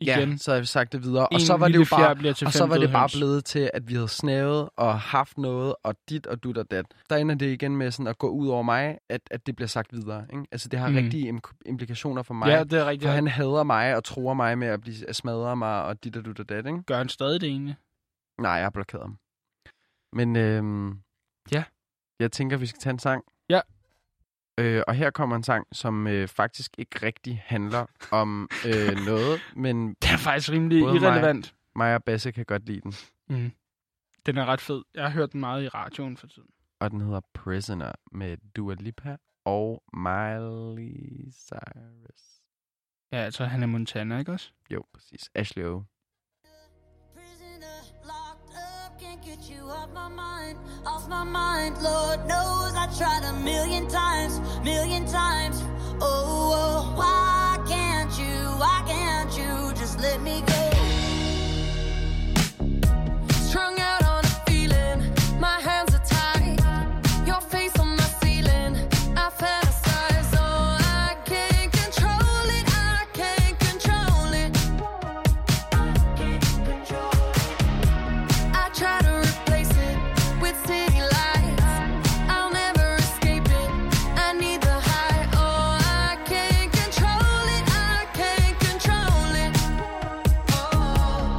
Igen.
Ja, så havde vi sagt det videre. Og
En
så var det
lille
jo
fjer
bare,
bliver til
og
fem
så var det
døde
bare
høns.
blevet til, at vi havde snævet og haft noget, og dit og dut og dat. Der ender det igen med sådan at gå ud over mig, at, at det bliver sagt videre. Ikke? Altså, det har
Mm.
mm. rigtige im- implikationer for mig.
Ja, det er rigtigt.
for
Han...
han hader mig og tror mig med at blive at smadre mig og dit og dut og dat, ikke?
Gør han stadig det egentlig?
Nej, jeg har blokeret ham. Men øhm,
Ja.
jeg tænker, vi skal tage en sang.
Ja.
Øh, og her kommer en sang, som øh, faktisk ikke rigtig handler om
[LAUGHS]
øh, noget, men
Det er faktisk rimelig
Både mig-
irrelevant.
mig og Basse kan godt lide den.
Mm. Den er ret fed. Jeg har hørt den meget i radioen for tiden.
Og den hedder Prisoner med Dua Lipa og Miley Cyrus.
Ja, altså han er Montana, ikke også?
Jo, præcis. Ashley O.
Prisoner, locked up, can't get you off my mind, off my mind. Lord knows I tried a million times, million times. Oh, oh why can't you, why can't you just let me go?
Strung out on a feeling, my hands are tied. Your face on my ceiling, I fantasize. Oh, I can't control it, I can't control it. I try to replace it with city lights. I'll never escape it. Oh, Oh, Oh,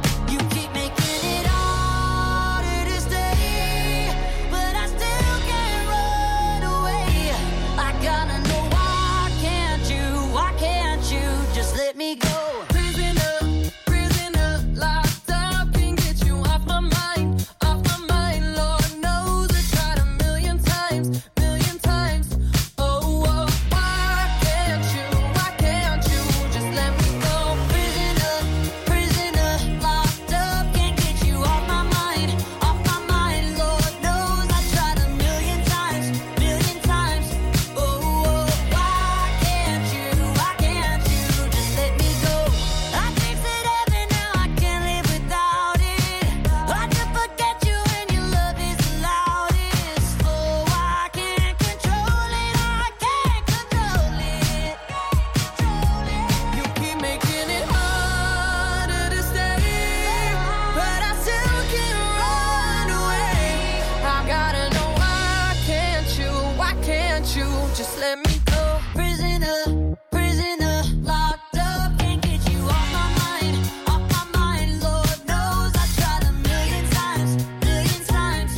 Oh, you, just let me go. Prisoner, prisoner, locked up. Can't get you off my mind, off my mind. Lord knows I tried a million times, million times.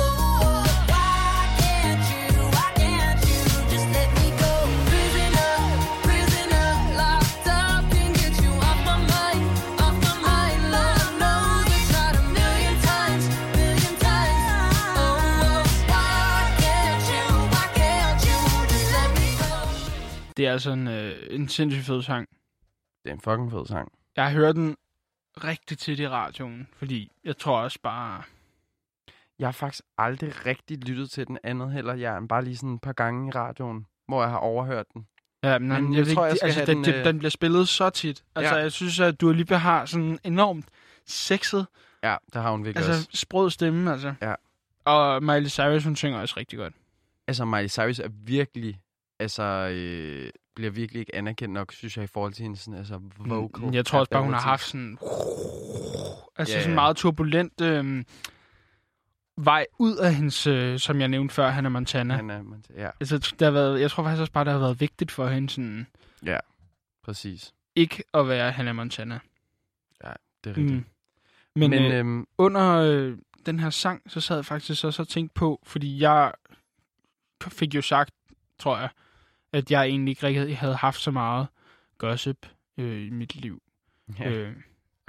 Ooh, why can't you, why can't you just let me go? Prisoner, prisoner, locked up. Can't get you off my mind, off my mind. Lord knows I tried a million times, million times. Oh, why can't you, why can't you just let me go?
Det er altså en, øh, en sindssygt fed sang.
Det er en fucking fed sang.
Jeg hører den rigtig tit i radioen, fordi jeg tror også bare...
Jeg har faktisk aldrig rigtig lyttet til den andet heller. Jeg er bare lige sådan et par gange i radioen, hvor jeg har overhørt den.
Ja, men, men jeg, jeg tror, jeg
skal
altså,
have
den,
den,
den,
øh,
den bliver spillet så tit. Altså,
Ja.
jeg synes, at Dua Lipa har sådan en enormt sexet,
Ja, det har hun virkelig altså, også.
altså sprød stemme, altså.
Ja.
Og Miley Cyrus, hun synger også rigtig godt.
Altså, Miley Cyrus er virkelig, altså, øh, bliver virkelig ikke anerkendt nok, synes jeg, i forhold til hendes sådan, altså, vocal.
Mm, Jeg tror også bare, hun har
abilities.
haft sådan... Altså sådan
Ja, ja.
en meget turbulent øh, vej ud af hendes, øh, som jeg nævnte før, Hannah Montana.
Han er, man- ja,
Altså, der har været, jeg tror faktisk også bare, det har været vigtigt for hende sådan,
præcis.
ikke at være Hannah Montana.
Det er rigtigt.
Mm. Men, Men øh,
øhm,
under øh, den her sang, så sad jeg faktisk også og tænkte på, fordi jeg fik jo sagt, tror jeg, at jeg egentlig ikke rigtig havde haft så meget gossip øh, i mit liv.
ja. [LAUGHS]
Øh,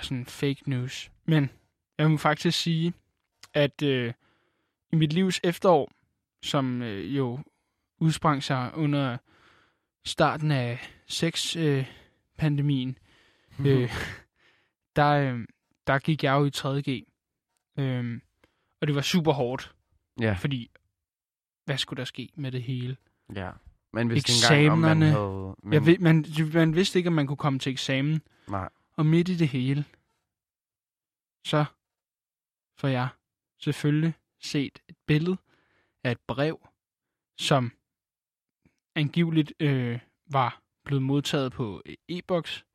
sådan fake news. Men jeg må faktisk sige, at øh, i mit livs efterår, som øh, jo udsprang sig under starten af sex-pandemien, øh, pandemien,
Mhm.
øh, der, øh, der gik jeg jo i 3.G. Øh, og det var super hårdt,
ja.
fordi hvad skulle der ske med det hele?
ja. Men hvis engang, om man
Eksamenerne.
havde... Men,
Jeg ved, man, man vidste ikke, om man kunne komme til eksamen.
Nej.
Og midt i det hele, så får jeg selvfølgelig set et billede af et brev, som angiveligt øh, var blevet modtaget på øh, e-boks,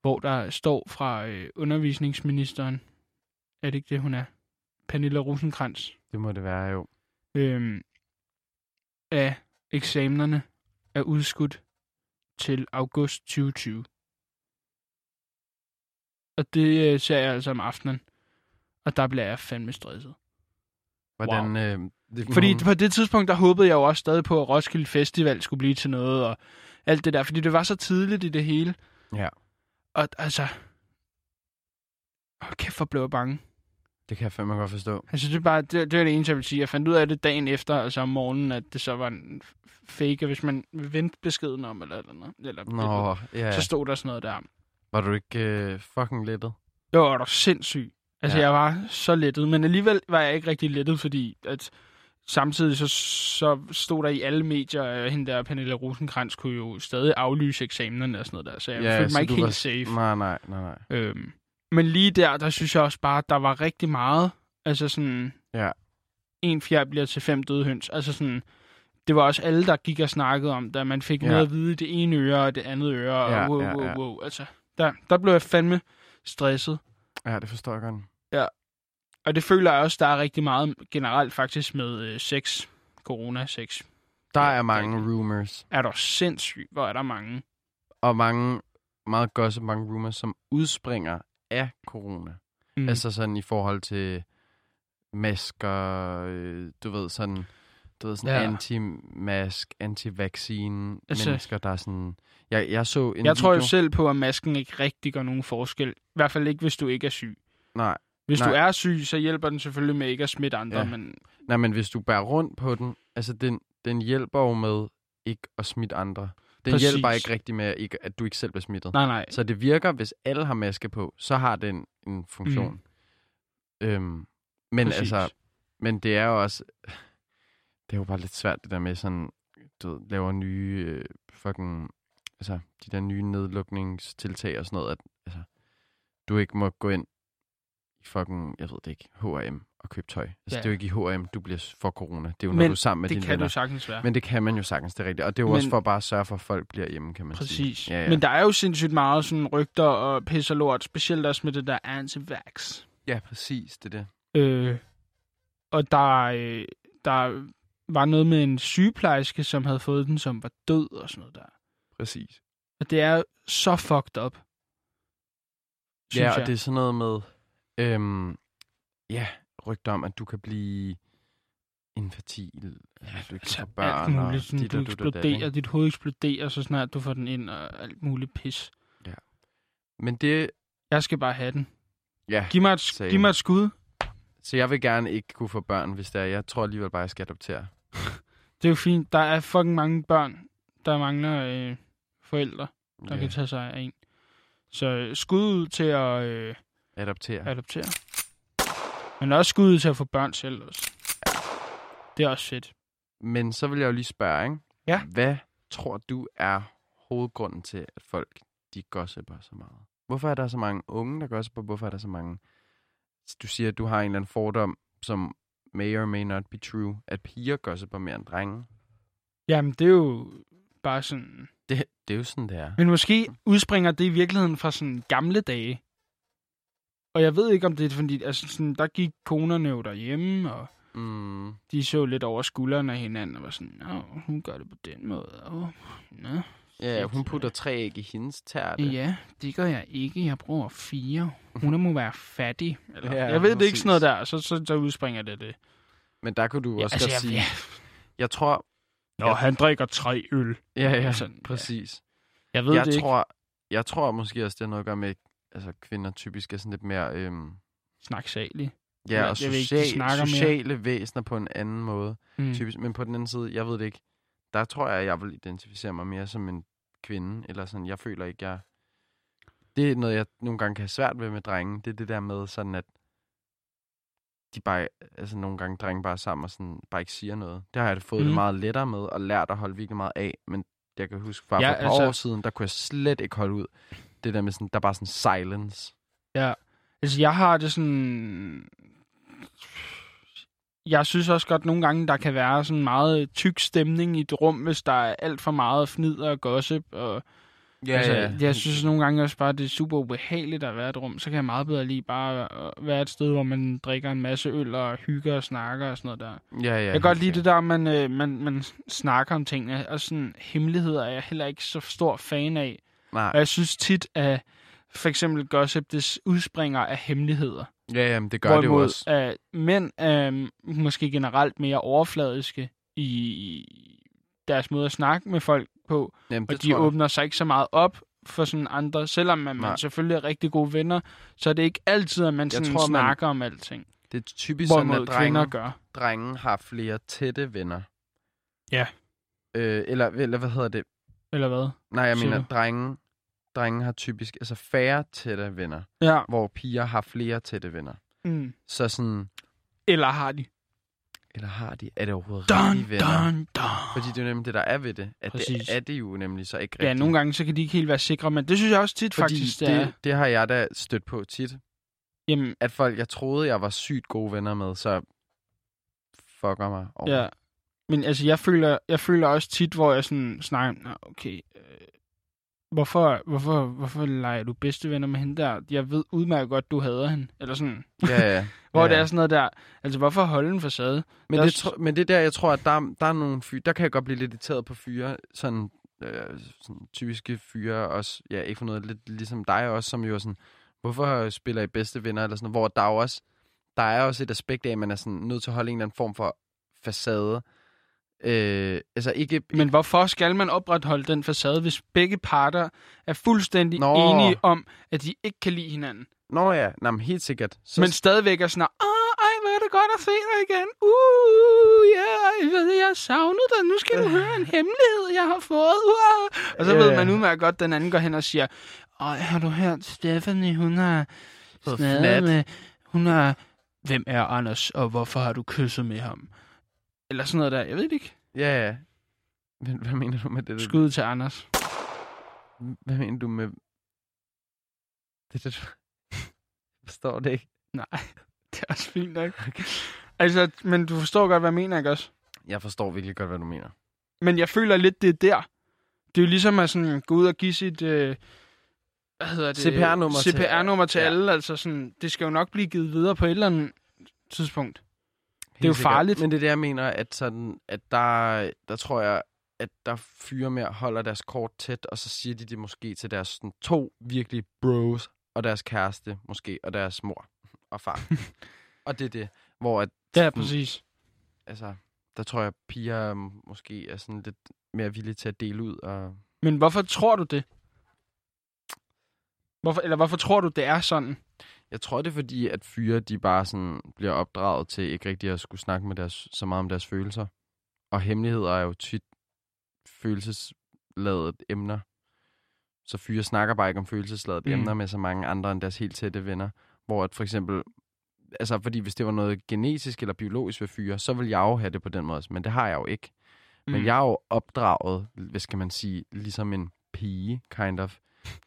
hvor der står fra øh, undervisningsministeren, er det ikke det, hun er? Pernille Rosenkrantz
Det må det være, jo.
øhm, af eksamenerne er udskudt til august 2020. Og det øh, ser jeg altså om aftenen. Og der bliver jeg fandme stresset.
Hvordan... Øh, det,
Fordi
hun-
på det tidspunkt, der håbede jeg jo også stadig på, at Roskilde Festival skulle blive til noget, og alt det der. Fordi det var så tidligt i det hele.
Ja.
Og altså... Åh, kæft, hvor blev jeg bange.
Det kan jeg fandme godt forstå.
Altså, det er bare det, det, er det eneste, jeg vil sige. Jeg fandt ud af det dagen efter, altså om morgenen, at det så var en f- fake, og hvis man vendte beskeden om, eller eller noget, eller, eller
Nå, ja.
så stod der sådan noget der.
Var du ikke øh, fucking lettet?
Det var da sindssygt. Altså,
Ja.
ja. jeg var så lettet, men alligevel var jeg ikke rigtig lettet, fordi at samtidig så, så stod der i alle medier, at hende der Pernille Rosenkrantz kunne jo stadig aflyse eksamenerne og sådan noget der, så jeg ja, følte mig
så
ikke
du
helt
var-
safe.
Nej, nej, nej, nej.
Øhm, men lige der, der synes jeg også bare, at der var rigtig meget. Altså sådan...
Ja.
En fjer bliver til fem døde høns. Altså sådan... Det var også alle, der gik og snakkede om det. at Man fik
Ja.
ja. noget at vide i det ene øre og det andet øre. Og
Ja,
wow,
ja,
wow,
ja.
wow. Altså, der, der blev jeg fandme stresset.
Ja, det forstår jeg godt.
Og det føler jeg også, der er rigtig meget generelt faktisk med øh, sex. Corona-sex.
Der
Ja,
er mange
det er
rumors,
Er der sindssygt, hvor er der mange.
og mange, meget gossip, mange rumors, som udspringer af corona. Mm.
Mm.
Altså sådan i forhold til masker, øh, du ved sådan, du ved sådan ja.
Ja.
anti-mask, anti-vaccine altså,
Altså-
mennesker, der er sådan... Jeg, jeg så en
jeg
video.
tror jo selv på, at masken ikke rigtig gør nogen forskel. I hvert fald ikke, hvis du ikke er syg.
Nej,
Hvis
Nej.
Nej. du er syg, så hjælper den selvfølgelig med ikke at smitte andre,
Ja.
ja. men
nej, men hvis du bærer rundt på den, altså den, den hjælper jo med ikke at smitte andre. Den Præcis.
Præcis.
hjælper ikke rigtig med, at, ikke, at du ikke selv bliver smittet.
nej, nej.
Så det virker, hvis alle har maske på, så har den en funktion. Mm. Øhm, men Præcis.
Præcis.
altså, men det er jo også, det er jo bare lidt svært det der med sådan, du ved, laver nye øh, fucking, altså de der nye nedlukningstiltag og sådan noget, at altså, du ikke må gå ind i fucking, jeg ved det ikke, H&M og købe tøj. Altså
Ja.
det er jo ikke i H&M, du bliver for corona. Det er jo, når
Men
du er sammen med
det
dine
kan
venner.
du sagtens være. Men,
Men det kan man jo sagtens, det er rigtigt. Og det er jo men, også
Men-
for bare at sørge for, at folk bliver hjemme, kan man sige.
Præcis.
Ja,
Ja,
ja.
ja. Men der er jo sindssygt meget sådan rygter og pis og lort, specielt også med det der anti-vax.
Ja, præcis, det er det.
Øh, og der, er, øh, der er var noget med en sygeplejerske, som havde fået den, som var død og sådan noget der.
Præcis.
Og det er så fucked up.
Ja,
Synes
og
jeg.
det er sådan noget med, øhm, ja, rygter om, at du kan blive infertil, ja, du ikke kan få børn,
Altså, alt muligt.
og
Sådan,
dit
du
og dut og dat, ikke?
eksploderer, dit hoved eksploderer, så snart du får den ind, og alt muligt pis.
Men det,
Jeg skal bare have den.
ja,
Giv mig et,
Same.
giv mig et skud.
så jeg vil gerne ikke kunne få børn, hvis det er. Jeg tror alligevel bare, jeg skal adoptere.
Det er jo fint. Der er fucking mange børn, der mangler øh, forældre, der
Ja,
kan tage sig af en. Så øh, skud ud til at øh,
Adoptere.
adoptere. Men også skud ud til at få børn selv også. Det er også fedt.
Men så vil jeg jo lige spørge, ikke?
Ja.
Hvad tror du er hovedgrunden til, at folk de gossiper så meget? Hvorfor er der så mange unge, der gossiper? Hvorfor er der så mange... Du siger, at du har en eller anden fordom, som may or may not be true, at piger gossiper mere end drenge.
Jamen, det er jo bare sådan...
Det, det er jo sådan, det er.
Men måske udspringer det i virkeligheden fra sådan gamle dage. Og jeg ved ikke, om det er fordi... Altså, sådan, der gik konerne jo derhjemme, og
Mm,
de så lidt over skuldrene af hinanden, og var sådan, Nå, hun gør det på den måde. Åh, nå.
ja, hun putter tre æg i hendes tærte.
Ja, det gør jeg ikke. Jeg bruger
[LAUGHS]
fire. Hun må være fattig. Eller,
Ja,
ja, jeg ved det ikke
præcis.
sådan noget der, så, så, så udspringer det det. Altså,
Men der kunne du også godt sige...
ja.
Jeg tror...
Nå, han drikker tre øl.
Ja, ja,
Sådan, ja.
præcis.
Jeg ved
jeg
det ikke.
tror, Jeg tror måske også, det har noget at gøre med, at altså, kvinder typisk er sådan lidt mere... Øhm,
Snak saglig.
Ja,
Eller
og
jeg ved ikke, de
social,
snakker mere.
sociale væsener på en anden måde,
Mm.
mm. typisk. Men på den anden side, jeg ved det ikke. Der tror jeg, jeg vil identificere mig mere som en kvinde, eller sådan, jeg føler ikke, jeg... Det er noget, jeg nogle gange kan have svært ved med drenge. Det er det der med sådan, at de bare, altså nogle gange drenge bare er sammen og sådan, bare ikke siger noget. Det har jeg da fået mm.
Mm.
det meget lettere med, og lært at holde virkelig meget af, men jeg kan huske, bare ja,
Ja,
for et par
altså-
år siden, der kunne jeg slet ikke holde ud. Det der med sådan, der er bare sådan silence.
Altså, jeg har det sådan... Jeg synes også godt nogle gange, der kan være sådan meget tyk stemning i et rum, hvis der er alt for meget fnider og gossip. Og,
Ja,
altså, Jeg synes nogle gange også bare, det er super ubehageligt at være i et rum. Så kan jeg meget bedre lige bare at være et sted, hvor man drikker en masse øl og hygger og snakker og sådan noget der.
ja, ja,
Jeg kan godt
helt
lide
sikkert.
det der, man, øh, man, man snakker om tingene, og sådan hemmeligheder er jeg heller ikke så stor fan af.
Nej.
Og jeg synes tit, at for eksempel gossip, det s- udspringer af hemmeligheder.
Ja, jamen, det gør Hvorimod, det jo også.
at mænd er måske generelt mere overfladiske i deres måde at snakke med folk på,
Jamen,
og
det
de
tror jeg.
åbner sig ikke så meget op for sådan andre, selvom man,
Nej.
man selvfølgelig er rigtig gode venner, så er det ikke altid, at man
Jeg
sådan
tror, man-
tror, snakker om alting,
Det er typisk sådan,
hvorimod
at
kvinder
drenge,
gør.
drenge har flere tætte venner.
Ja.
Øh, eller, eller hvad hedder det?
Eller hvad?
Nej, jeg
Siger
mener,
du?
drenge, drenge har typisk altså færre tætte venner,
Ja.
hvor piger har flere tætte venner.
Mm.
Så sådan,
Eller har de?
eller har de, er det overhovedet
Dun,
rigtige venner?
dun, dun.
Fordi det er jo nemlig det, der er ved det. At
Præcis.
det er det jo nemlig så ikke rigtigt.
Ja, nogle gange, så kan de ikke helt være sikre, men det synes jeg også tit
Fordi
faktisk, det,
det,
er.
det har jeg da stødt på tit.
Jamen,
At folk, jeg troede, jeg var sygt gode venner med, så fucker mig over.
Ja. Men altså, jeg føler, jeg føler også tit, hvor jeg sådan snakker, Nå, okay, øh, hvorfor, hvorfor, hvorfor leger du bedstevenner med hende der? Jeg ved udmærket godt, du hader hende. Eller sådan.
ja, ja.
Hvor
ja.
det er sådan noget der, altså hvorfor holde en facade?
Men,
Der
det,
s-
tro, men det er der, jeg tror, at der, er- der er nogle fyre, der kan jeg godt blive lidt irriteret på fyre, sådan, øh, sådan typiske fyre også, ja, ikke for noget, lidt ligesom dig også, som jo er sådan, hvorfor spiller I bedste venner, eller sådan, hvor der er jo også, der er også et aspekt af, at man er sådan nødt til at holde en eller anden form for facade. Øh, altså ikke,
Men hvorfor skal man opretholde den facade, hvis begge parter er fuldstændig
Nå.
Nå. enige om, at de ikke kan lide hinanden?
nå ja, nej, men helt sikkert.
Så... Men stadigvæk er sådan, åh, ej, hvor er det godt at se dig igen. Uh, ja, yeah, ved, jeg har savnet dig. Nu skal du høre en hemmelighed, jeg har fået. Uh. Og så
Øh. Ja,
yeah. ved
ja.
man udmærket godt, at den anden går hen og siger, Ej, har du hørt, Stephanie, hun har
Fået fnat.
snadet med... Hun har... Hvem er Anders, og hvorfor har du kysset med ham? Eller sådan noget der. Jeg ved det ikke.
Ja, ja. Men hvad mener du med det? der-
Skud til Anders.
Hvad mener du med... Det, det, [LAUGHS] jeg forstår det ikke.
Nej, [LAUGHS] det er også fint
[LAUGHS]
nok. Altså, men du forstår godt, hvad jeg mener, ikke også?
Jeg forstår virkelig godt, hvad du mener.
Men jeg føler lidt, det er der. Det er jo ligesom at sådan, gå ud og give sit... Øh, hvad hedder det?
CPR-nummer til-
CPR-nummer til, til
Ja.
alle. Altså sådan, det skal jo nok blive givet videre på et eller andet tidspunkt. Det er jo
Helt sikkert.
farligt.
Men det er det, jeg mener, at, sådan, at der, der tror jeg, at der fyre mere holder deres kort tæt, og så siger de det måske til deres sådan, to virkelig bros, og deres kæreste måske, og deres mor
[LAUGHS]
og far. og det er det, hvor at,
Ja, præcis.
altså, der tror jeg, at piger øhm, måske er sådan lidt mere villige til at dele ud. Og...
Men hvorfor tror du det? Hvorfor, eller hvorfor tror du, det er sådan?
Jeg tror, det er fordi, at fyre, de bare sådan bliver opdraget til ikke rigtig at skulle snakke med deres, så meget om deres følelser. Og hemmeligheder er jo tit følelsesladet emner. Så fyre snakker bare ikke om følelsesladet
Mm.
mm. emner med så mange andre end deres helt tætte venner. Hvor at for eksempel, altså fordi hvis det var noget genetisk eller biologisk ved fyre, så ville jeg jo have det på den måde, også, men det har jeg jo ikke. Mm. Men jeg er jo opdraget, hvad skal man sige, ligesom en pige, kind of.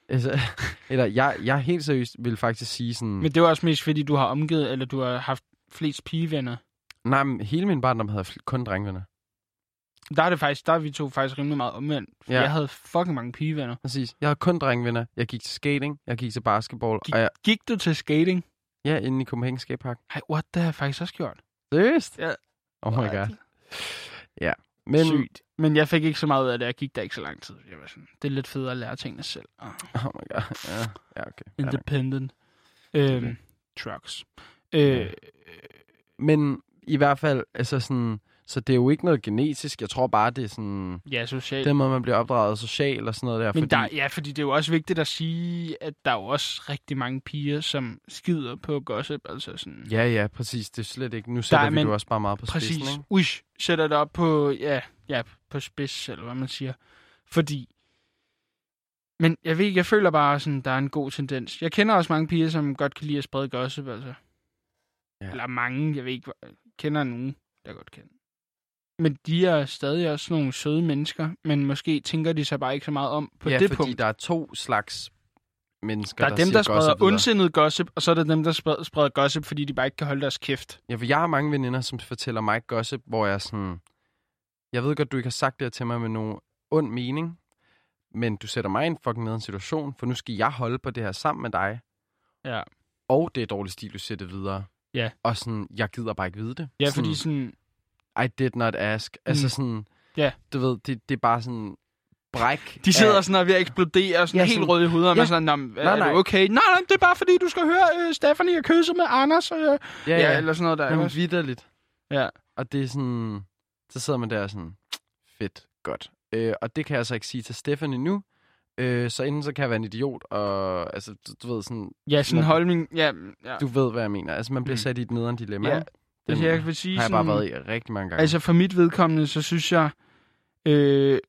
Altså, [LAUGHS] eller jeg, jeg helt seriøst vil faktisk sige sådan...
Men det er jo også mest, fordi du har omgivet, eller du har haft flest pigevenner.
Nej, men hele min barndom havde jeg fl- kun drengvenner.
Der er det faktisk, der er vi to faktisk rimelig meget omvendt. For
Ja.
Jeg havde fucking mange pigevenner.
Præcis. Jeg havde kun drengvenner. Jeg gik til skating, jeg gik til basketball,
Gik,
og jeg,
gik du til skating?
ja, inde i Copenhagen Skatepark.
Ej, what, det har jeg faktisk også gjort.
Seriøst?
Ja.
Oh my god. Ja. Men,
Men... Sygt. Men jeg fik ikke så meget ud af det, jeg gik der ikke så lang tid. Jeg var sådan, det er lidt federe at lære tingene selv. Oh,
[LAUGHS] oh my god. Ja, ja okay. Ja, nok.
independent. Øhm, trucks. Øh,
men i hvert fald, altså sådan, så det er jo ikke noget genetisk. Jeg tror bare, det er sådan,
ja, socialt.
den måde, man bliver opdraget social og sådan noget der.
Men
fordi,
der, ja, fordi det er jo også vigtigt at sige, at der er jo også rigtig mange piger, som skider på gossip. Altså sådan,
Ja, ja, præcis. Det er slet ikke. Nu sætter
er
vi
man-
det jo også bare meget på
præcis.
spidsen, ikke?
Uish, sætter det op på, ja, ja, på spids, eller hvad man siger. Fordi, men jeg ved ikke, jeg føler bare sådan, der er en god tendens. Jeg kender også mange piger, som godt kan lide at sprede gossip, altså.
Ja.
Ja. Eller mange, jeg ved ikke, hvor- kender nogen, der godt kan. Men de er stadig også nogle søde mennesker, men måske tænker de sig bare ikke så meget om på
ja,
det
fordi
punkt.
der er to slags mennesker,
Der er dem, der
siger godt og
spreder
så videre.
ondsindet gossip, og så er der dem, der spreder, spreder gossip, fordi de bare ikke kan holde deres kæft.
Ja, for jeg har mange veninder, som fortæller mig gossip, hvor jeg er sådan... Jeg ved godt, du ikke har sagt det her til mig med nogen ond mening, men du sætter mig i en fucking nederen situation, for nu skal jeg holde på det her sammen med dig.
Ja.
Og det er dårlig stil, du siger det videre.
Ja.
Og sådan, jeg gider bare ikke vide det.
Ja,
sådan,
fordi sådan,
I did not ask. Altså
Mm.
sådan...
Ja.
Du ved, det, det er bare sådan... Bræk.
de sidder
af-
sådan og er ved at eksplodere, og sådan
Ja,
ja, helt
sådan-
røde i hovedet, og man
Ja.
er sådan, "Nå, men, er,
Nej,
nej, nej.
nej.
du okay? Nej, nej, det er bare fordi, du skal høre øh, Stephanie og kysse med Anders, og, øh, ja,
Ja,
ja,
ja.
ja, eller sådan noget der.
Jamen,
Jamen,
vidderligt.
Ja.
Og det er sådan... Så sidder man der og sådan... Fedt. Godt. Øh, og det kan jeg altså ikke sige til Stefan endnu. Øh, så inden så kan jeg være en idiot, og altså, du, du ved sådan,
ja, sådan en
Nå.
holdning, ja, ja.
du ved, hvad jeg mener. Altså, man bliver
Mm.
sat i et nederen dilemma.
Ja,
ikke?
altså, jeg vil sige
har jeg
sådan,
bare været i rigtig mange gange.
altså for mit vedkommende, så synes jeg, øh,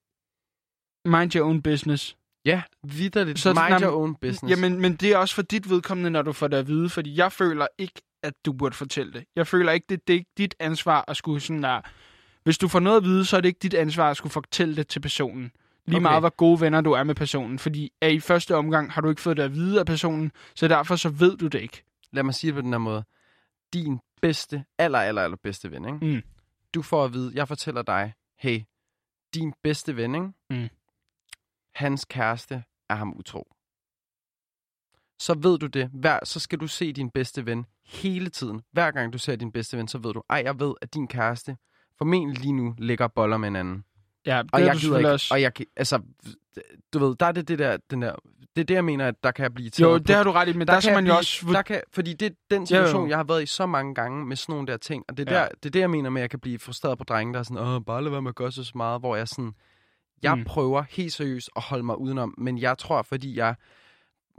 mind your own business.
ja, vidderligt.
Så-
Så, Mind
nej,
your own business.
Jamen, men det er også for dit vedkommende, når du får det at vide, fordi jeg føler ikke, at du burde fortælle det. Jeg føler ikke, det, det er ikke dit ansvar at skulle sådan der... Hvis du får noget at vide, så er det ikke dit ansvar at skulle fortælle det til personen. Lige okay.
Okay.
meget, hvor gode venner du er med personen. Fordi at i første omgang har du ikke fået det at vide af personen, så derfor så ved du det ikke.
Lad mig sige det på den her måde. Din bedste, aller, aller, aller bedste ven, ikke?
Mm.
Du får at vide, jeg fortæller dig, hey, din bedste ven, ikke?
Mm.
hans kæreste er ham utro. Så ved du det. Hver, så skal du se din bedste ven hele tiden. Hver gang du ser din bedste ven, så ved du, ej, jeg ved, at din kæreste formentlig lige nu ligger og boller med en anden.
Ja, det
Og
er
jeg
du
gider
selvfølgelig
ikke.
også.
Og jeg, kan- altså, du ved, der er det, det der, den der, det er det, jeg mener, at der kan jeg blive
Jo,
taget på
det har du ret i, men der, der
kan
skal
jeg
man jo
blive-
også...
Der kan, fordi det er
Jo,
den
jo.
situation, jeg har været i så mange gange med sådan nogle der ting. Og det er,
Ja.
ja. der, det, er det, jeg mener med, at jeg kan blive frustreret på drenge, der er sådan, Åh, bare lad være med at gøre så meget, hvor jeg sådan... Jeg
Mm.
mm. prøver helt seriøst at holde mig udenom, men jeg tror, fordi jeg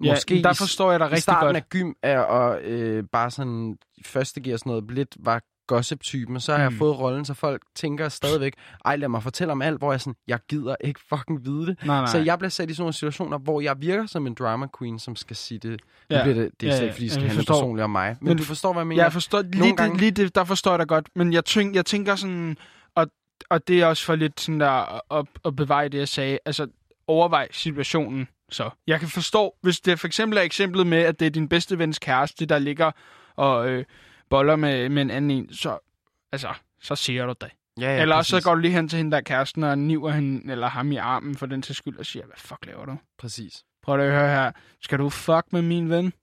ja,
måske
der
i-
forstår jeg dig
i
rigtig
starten
godt.
af gym er, og øh, bare sådan i første gear og sådan noget, lidt var gossip-typen, og så har mm.
Mm.
jeg fået rollen, så folk tænker stadigvæk, ej, lad mig fortælle om alt, hvor jeg sådan, jeg gider ikke fucking vide det.
Nej, nej.
Så jeg bliver sat i sådan nogle situationer, hvor jeg virker som en drama queen, som skal sige det. Ja.
Ja.
Nu bliver det, det er
Ja,
slet
ja.
ikke, fordi det
Ja,
skal
jeg
handle
forstår.
personligt om mig. Men,
Men
men du forstår, hvad jeg mener?
Jeg forstår, lige,
gange-
det, lige det, der forstår jeg dig godt, men jeg, tænk, jeg tænker sådan, og, og det er også for lidt sådan der, at, at beveje det, jeg sagde, altså overvej situationen så. Jeg kan forstå, hvis det for eksempel er eksemplet med, at det er din bedste vens kæreste, der ligger og øh, boller med, med en anden en, så, altså, så siger du det.
ja,
Ja, eller også så
præcis.
går du lige hen til hende, der er kæresten, og niver hende, eller ham i armen for den til skyld, og siger, hvad fuck laver du?
Præcis.
Prøv lige at høre her. Skal du fuck med min ven?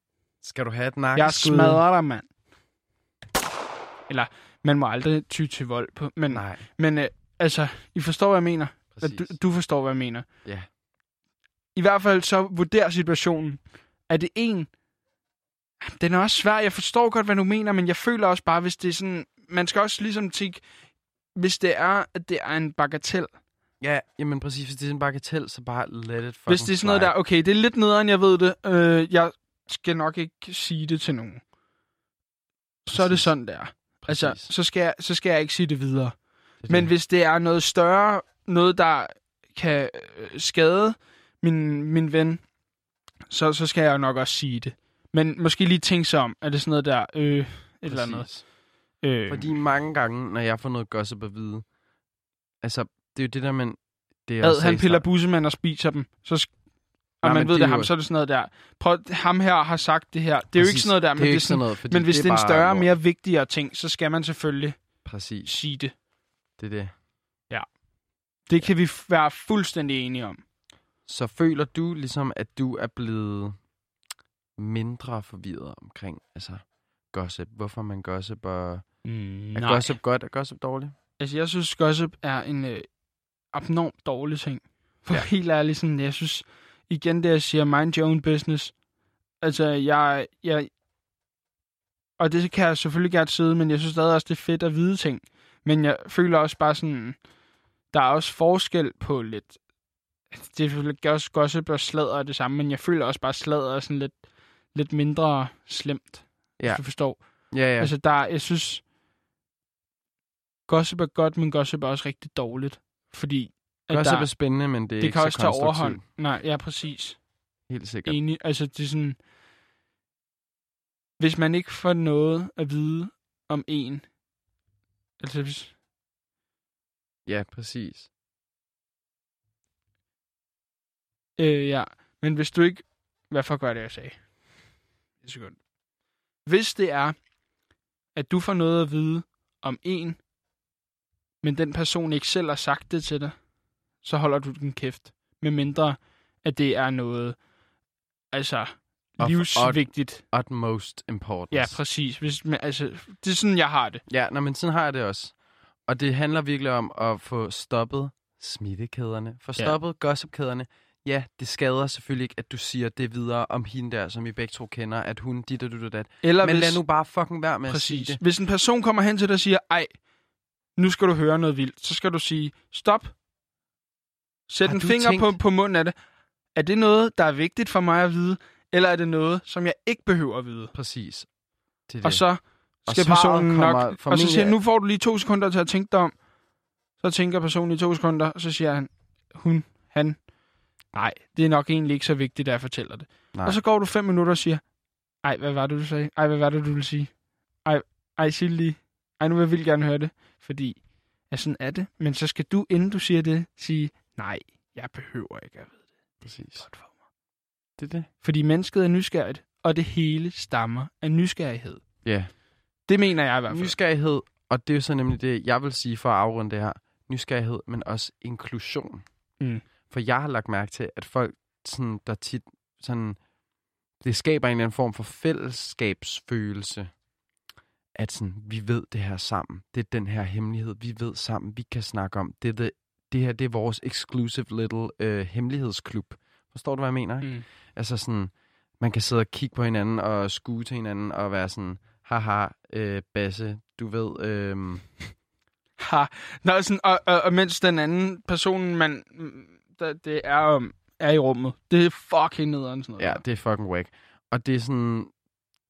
Skal du have et
Jeg
nakkeskud?
smadrer dig, mand. Eller, man må aldrig ty til vold. På, men
Nej.
men øh, altså, I forstår, hvad jeg mener. Hvad
Præcis.
Du, du forstår, hvad jeg mener.
Ja.
I hvert fald så vurder situationen. Er det en... Den er også svær. Jeg forstår godt, hvad du mener, men jeg føler også bare, hvis det er sådan... Man skal også ligesom tænke, hvis det er, at det er en bagatel.
Ja, jamen præcis. Hvis det er sådan en bagatel, så bare let it fucking
Hvis det er sådan noget
slide.
der, okay, det er lidt nederen, jeg ved det. Øh, jeg skal nok ikke sige det til nogen. Så er det
Præcis.
sådan der. Altså,
Præcis.
så skal, jeg, så skal jeg ikke sige det videre.
Det er
Men
det.
hvis det er noget større, noget der kan øh, skade min, min ven, så, så skal jeg jo nok også sige det. Men måske lige tænke sig om, er det sådan noget der, øh, et eller andet.
Præcis.
Øh,
Fordi mange gange, når jeg får noget gossip at vide, altså, det er jo det der, men... Det er
ad,
også
han
sagde
piller
i starten.
bussemænd og spiser dem, så sk- og
Nej,
man
men
ved
det
det,
er
ham,
jo-
så er det sådan noget der. Prøv, at- ham her har sagt det her. Det er jo ikke
Præcis.
sådan noget der,
Det
men,
er jo
det er
ikke sådan
sådan,
noget, fordi
men hvis det er en
bare
større,
lort.
mere vigtigere ting, så skal man selvfølgelig
Præcis,
sige det.
det er det.
Det kan vi f- være fuldstændig enige
Mm.
om.
Så føler du ligesom, at du er blevet mindre forvirret omkring, altså, gossip. Hvorfor man gossip, og
Mm,
er gossip godt, er gossip dårligt?
Altså, jeg synes, gossip er en øh, abnormt dårlig ting. For ja.
Ja.
[LAUGHS] helt ærligt, sådan, jeg synes, igen det, jeg siger, mind your own business. Altså, jeg, jeg... Og det kan jeg selvfølgelig gerne sidde, men jeg synes stadig også, det er fedt at vide ting. Men jeg føler også bare sådan, der er også forskel på lidt... altså, Det er selvfølgelig også gossip og sladder er det samme, men jeg føler også bare, at sladder er sådan lidt, lidt mindre slemt, ja.
Ja.
hvis du forstår.
Ja, ja.
Ja. Altså, der, er- jeg synes, gossip er godt, men gossip er også rigtig dårligt. Fordi at
gossip
der,
er spændende, men det er
det
ikke
kan
så
også tage overhånd.
konstruktivt.
Nej, ja, præcis.
Helt sikkert.
Enig. Altså, det er sådan... Hvis man ikke får noget at vide om en... Altså, hvis,
Ja, præcis.
Øh, ja, men hvis du ikke... Hvad for gør det, jeg sagde? Et sekund. Hvis det er, at du får noget at vide om en, men den person ikke selv har sagt det til dig, så holder du den kæft. Med mindre, at det er noget, altså,
og-
livsvigtigt.
Utmost importance.
Ja, præcis. Hvis, men, altså, det er sådan, jeg har det.
Ja, nå, men sådan har jeg det også. Og det handler virkelig om at få stoppet smittekæderne. Få
Ja.
stoppet ja. gossipkæderne. Ja, det skader selvfølgelig ikke, at du siger det videre om hende der, som I begge to kender, at hun dit og dit og dat.
Eller
Men
hvis,
lad nu bare fucking være med at
præcis.
sige det.
Hvis en person kommer hen til dig og siger, ej, nu skal du høre noget vildt, så skal du sige, stop. Sæt
Har
en
du
finger på,
tænkt-
på munden af det. Er det noget, der er vigtigt for mig at vide, eller er det noget, som jeg ikke behøver at vide?
Præcis. Det er
Og så
Og
skal
svaret
personen
kommer
nok... Og så
formentlig-
siger han, nu får du lige to sekunder til at tænke dig om. Så tænker personen i to sekunder, og så siger han, hun, han, nej, det er nok egentlig ikke så vigtigt, at jeg fortæller det. Nej.
Nej.
Og så går du fem minutter og siger, ej, hvad var det, du sagde? Ej, hvad var det, du ville sige? Ej, ej, sig det lige. Ej, nu vil jeg vildt gerne høre det, fordi ja, sådan er det. Men så skal du, inden du siger det, sige, nej, jeg behøver ikke at vide det. Det
Præcis.
er godt for mig.
det er det.
Fordi mennesket er nysgerrigt, og det hele stammer af nysgerrighed.
Ja.
Det mener jeg i hvert fald.
Nysgerrighed, og det er jo så nemlig det, jeg vil sige for at afrunde det her. Nysgerrighed, men også inklusion.
Mm.
For jeg har lagt mærke til, at folk, sådan, der tit, sådan, det skaber en eller anden form for fællesskabsfølelse. At sådan, vi ved det her sammen. Det er den her hemmelighed, vi ved sammen, vi kan snakke om. Det, er det, det her, det er vores exclusive little øh, hemmelighedsklub. Forstår du, hvad jeg mener? Ikke?
Mm.
Altså sådan, man kan sidde og kigge på hinanden og skue til hinanden og være sådan, haha, øh, Basse, du ved, øh,
Ha. Nå, sådan, og, og, og mens den anden person, man, mm, der, det er, om, er i rummet, det er fucking nederen sådan noget.
Ja,
der.
det er fucking whack. Og det er sådan...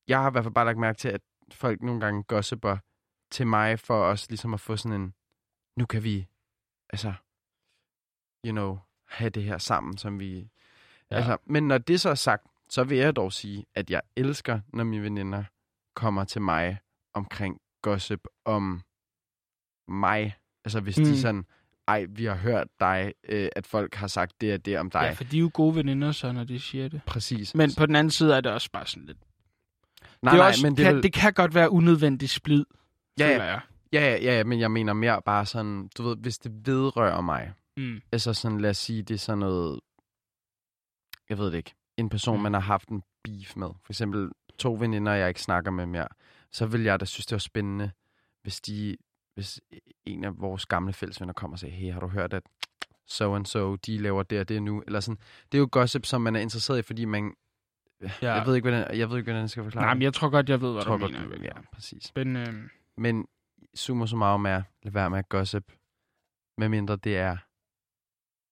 Jeg har i hvert fald bare lagt mærke til, at folk nogle gange gossiper til mig for os ligesom at få sådan en... Nu kan vi, altså, you know, have det her sammen, som vi... Ja. Altså, men når det så er sagt, så vil jeg dog sige, at jeg elsker, når mine veninder kommer til mig omkring gossip om mig. Altså, hvis mm.
Mm.
de sådan... Ej, vi har hørt dig, øh, at folk har sagt det og det om dig.
ja, for de er jo gode veninder så, når de siger det.
Præcis.
Men på den anden side er det også bare sådan lidt...
nej,
det, er
nej,
også,
men det,
kan,
vil-
det kan godt være unødvendig splid,
Ja,
føler
ja,
jeg.
ja, ja, ja, men jeg mener mere bare sådan, du ved, hvis det vedrører mig.
Mm.
Altså sådan, lad os sige, det er sådan noget, jeg ved det ikke, en person,
Mm.
man har haft en beef med. For eksempel to veninder, jeg ikke snakker med mere. Så vil jeg da synes, det var spændende, hvis, de, hvis en af vores gamle fællesvenner kommer og siger, hey, har du hørt, at so and so, de laver det og det nu, eller sådan. Det er jo gossip, som man er interesseret i, fordi man...
Ja.
Ja. Jeg, ved ikke, hvordan, jeg ved ikke, hvordan jeg skal forklare
Nej,
det.
men jeg tror godt, jeg ved, hvad
tror
du
godt,
mener.
du- Ja, præcis.
Men øh,
Men summa summarum er, lad være med at gossip, medmindre det er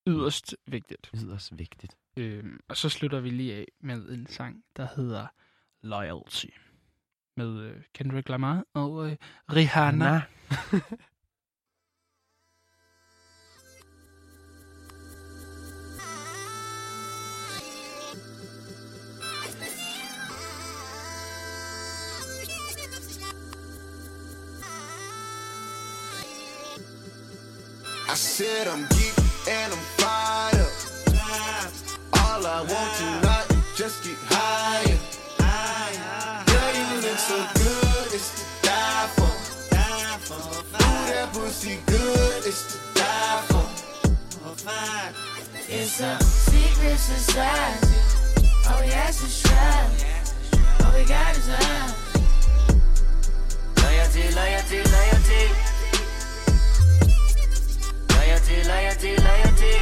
yderst vigtigt.
yderst vigtigt.
Øh, og så slutter vi lige af med en sang, der hedder Loyalty. Med øh, Kendrick Lamar og øh, Rihanna.
Anna.
I said I'm geek and I'm fired up. All I want tonight is just get higher. Girl, you look so good, it's to die for. Ooh, that pussy good, it's to die for.
It's a secret society. Oh, All we ask is try. All we got is love.
Loyalty, loyalty, loyalty. Loyalty, loyalty, loyalty.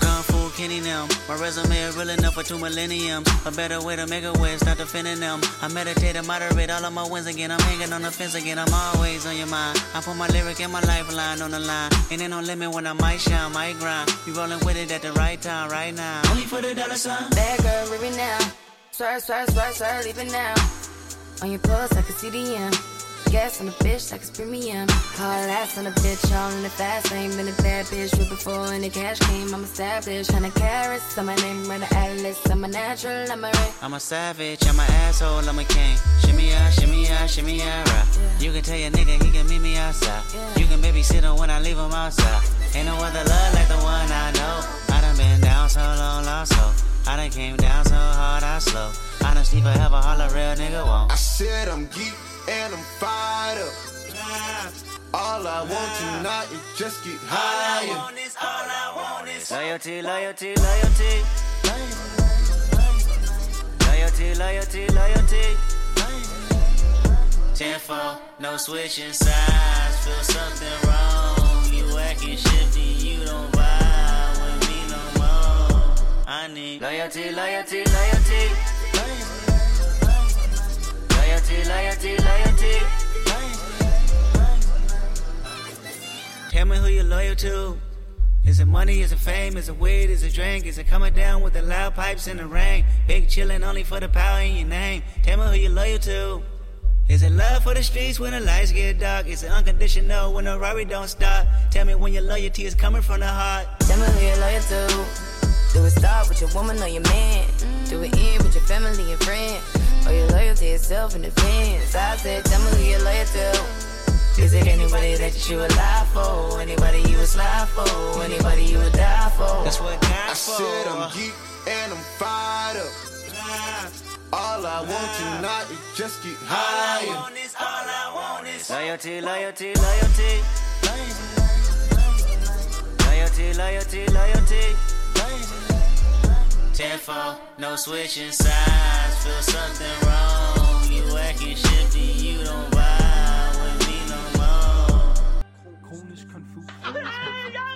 Gone fool Kenny now. My resume is real enough for two millenniums. A better way to make a way, stop defending them. I meditate and moderate all of my wins again. I'm hanging on the fence again. I'm always on your mind. I put my lyric and my lifeline on the line. And ain't no limit when I might shine, might grind. You rolling with it at the right time, right now. Only for the dollar sign.
Bad girl, leave it now. Swerve, swerve, swerve, swerve, leave it now. On your pulse, I can see the M. Gas on the bitch, like it's premium. Hard ass on a bitch, all in the fast lane. Been a bad bitch with before, and the cash came. I'm established, kinda carrots. I'm my name, Rena Atlas. I'm a natural, I'm a ray.
I'm a savage, I'm a asshole, I'm a king. Shimmy ya, shimmy ya, shimmy ya, right. You can tell your nigga he can meet me outside. You can babysit him when I leave him outside. Ain't no other love like the one I know. I done been down so long, lost so. I done came down so hard, I slow. I done sleep forever, all a real nigga won't.
I said I'm geek and I'm fired up. All I want tonight is just get higher.
Loyalty, loyalty, loyalty. Loyalty, loyalty, loyalty. Tenfold, no switching sides. Feel something wrong. You acting shifty, you don't vibe with me no more. I need loyalty, loyalty, loyalty. Loyalty, loyalty, loyalty. Tell me who you're loyal to. Is it money? Is it fame? Is it weed? Is it drink? Is it coming down with the loud pipes in the rain? Big chillin' only for the power in your name. Tell me who you loyal to. Is it love for the streets when the lights get dark? Is it unconditional when the Rari don't stop? Tell me when your loyalty is coming from the heart.
Tell me who you're loyal to. Do it start with your woman or your man? Do it end with your family and friends? Or your loyalty itself in advance? I said, tell me who you're loyal to. Is it anybody that you would lie for? Anybody you would slide for? Anybody you would die for?
That's what God
I said I'm geek and I'm fired up. All I want tonight is just get higher.
Loyalty, loyalty, loyalty. Loyalty, loyalty, loyalty. Tenfold, no switching sides. Feel something wrong. You acting shifty, you don't vibe with me no more.
Kronisk konfus.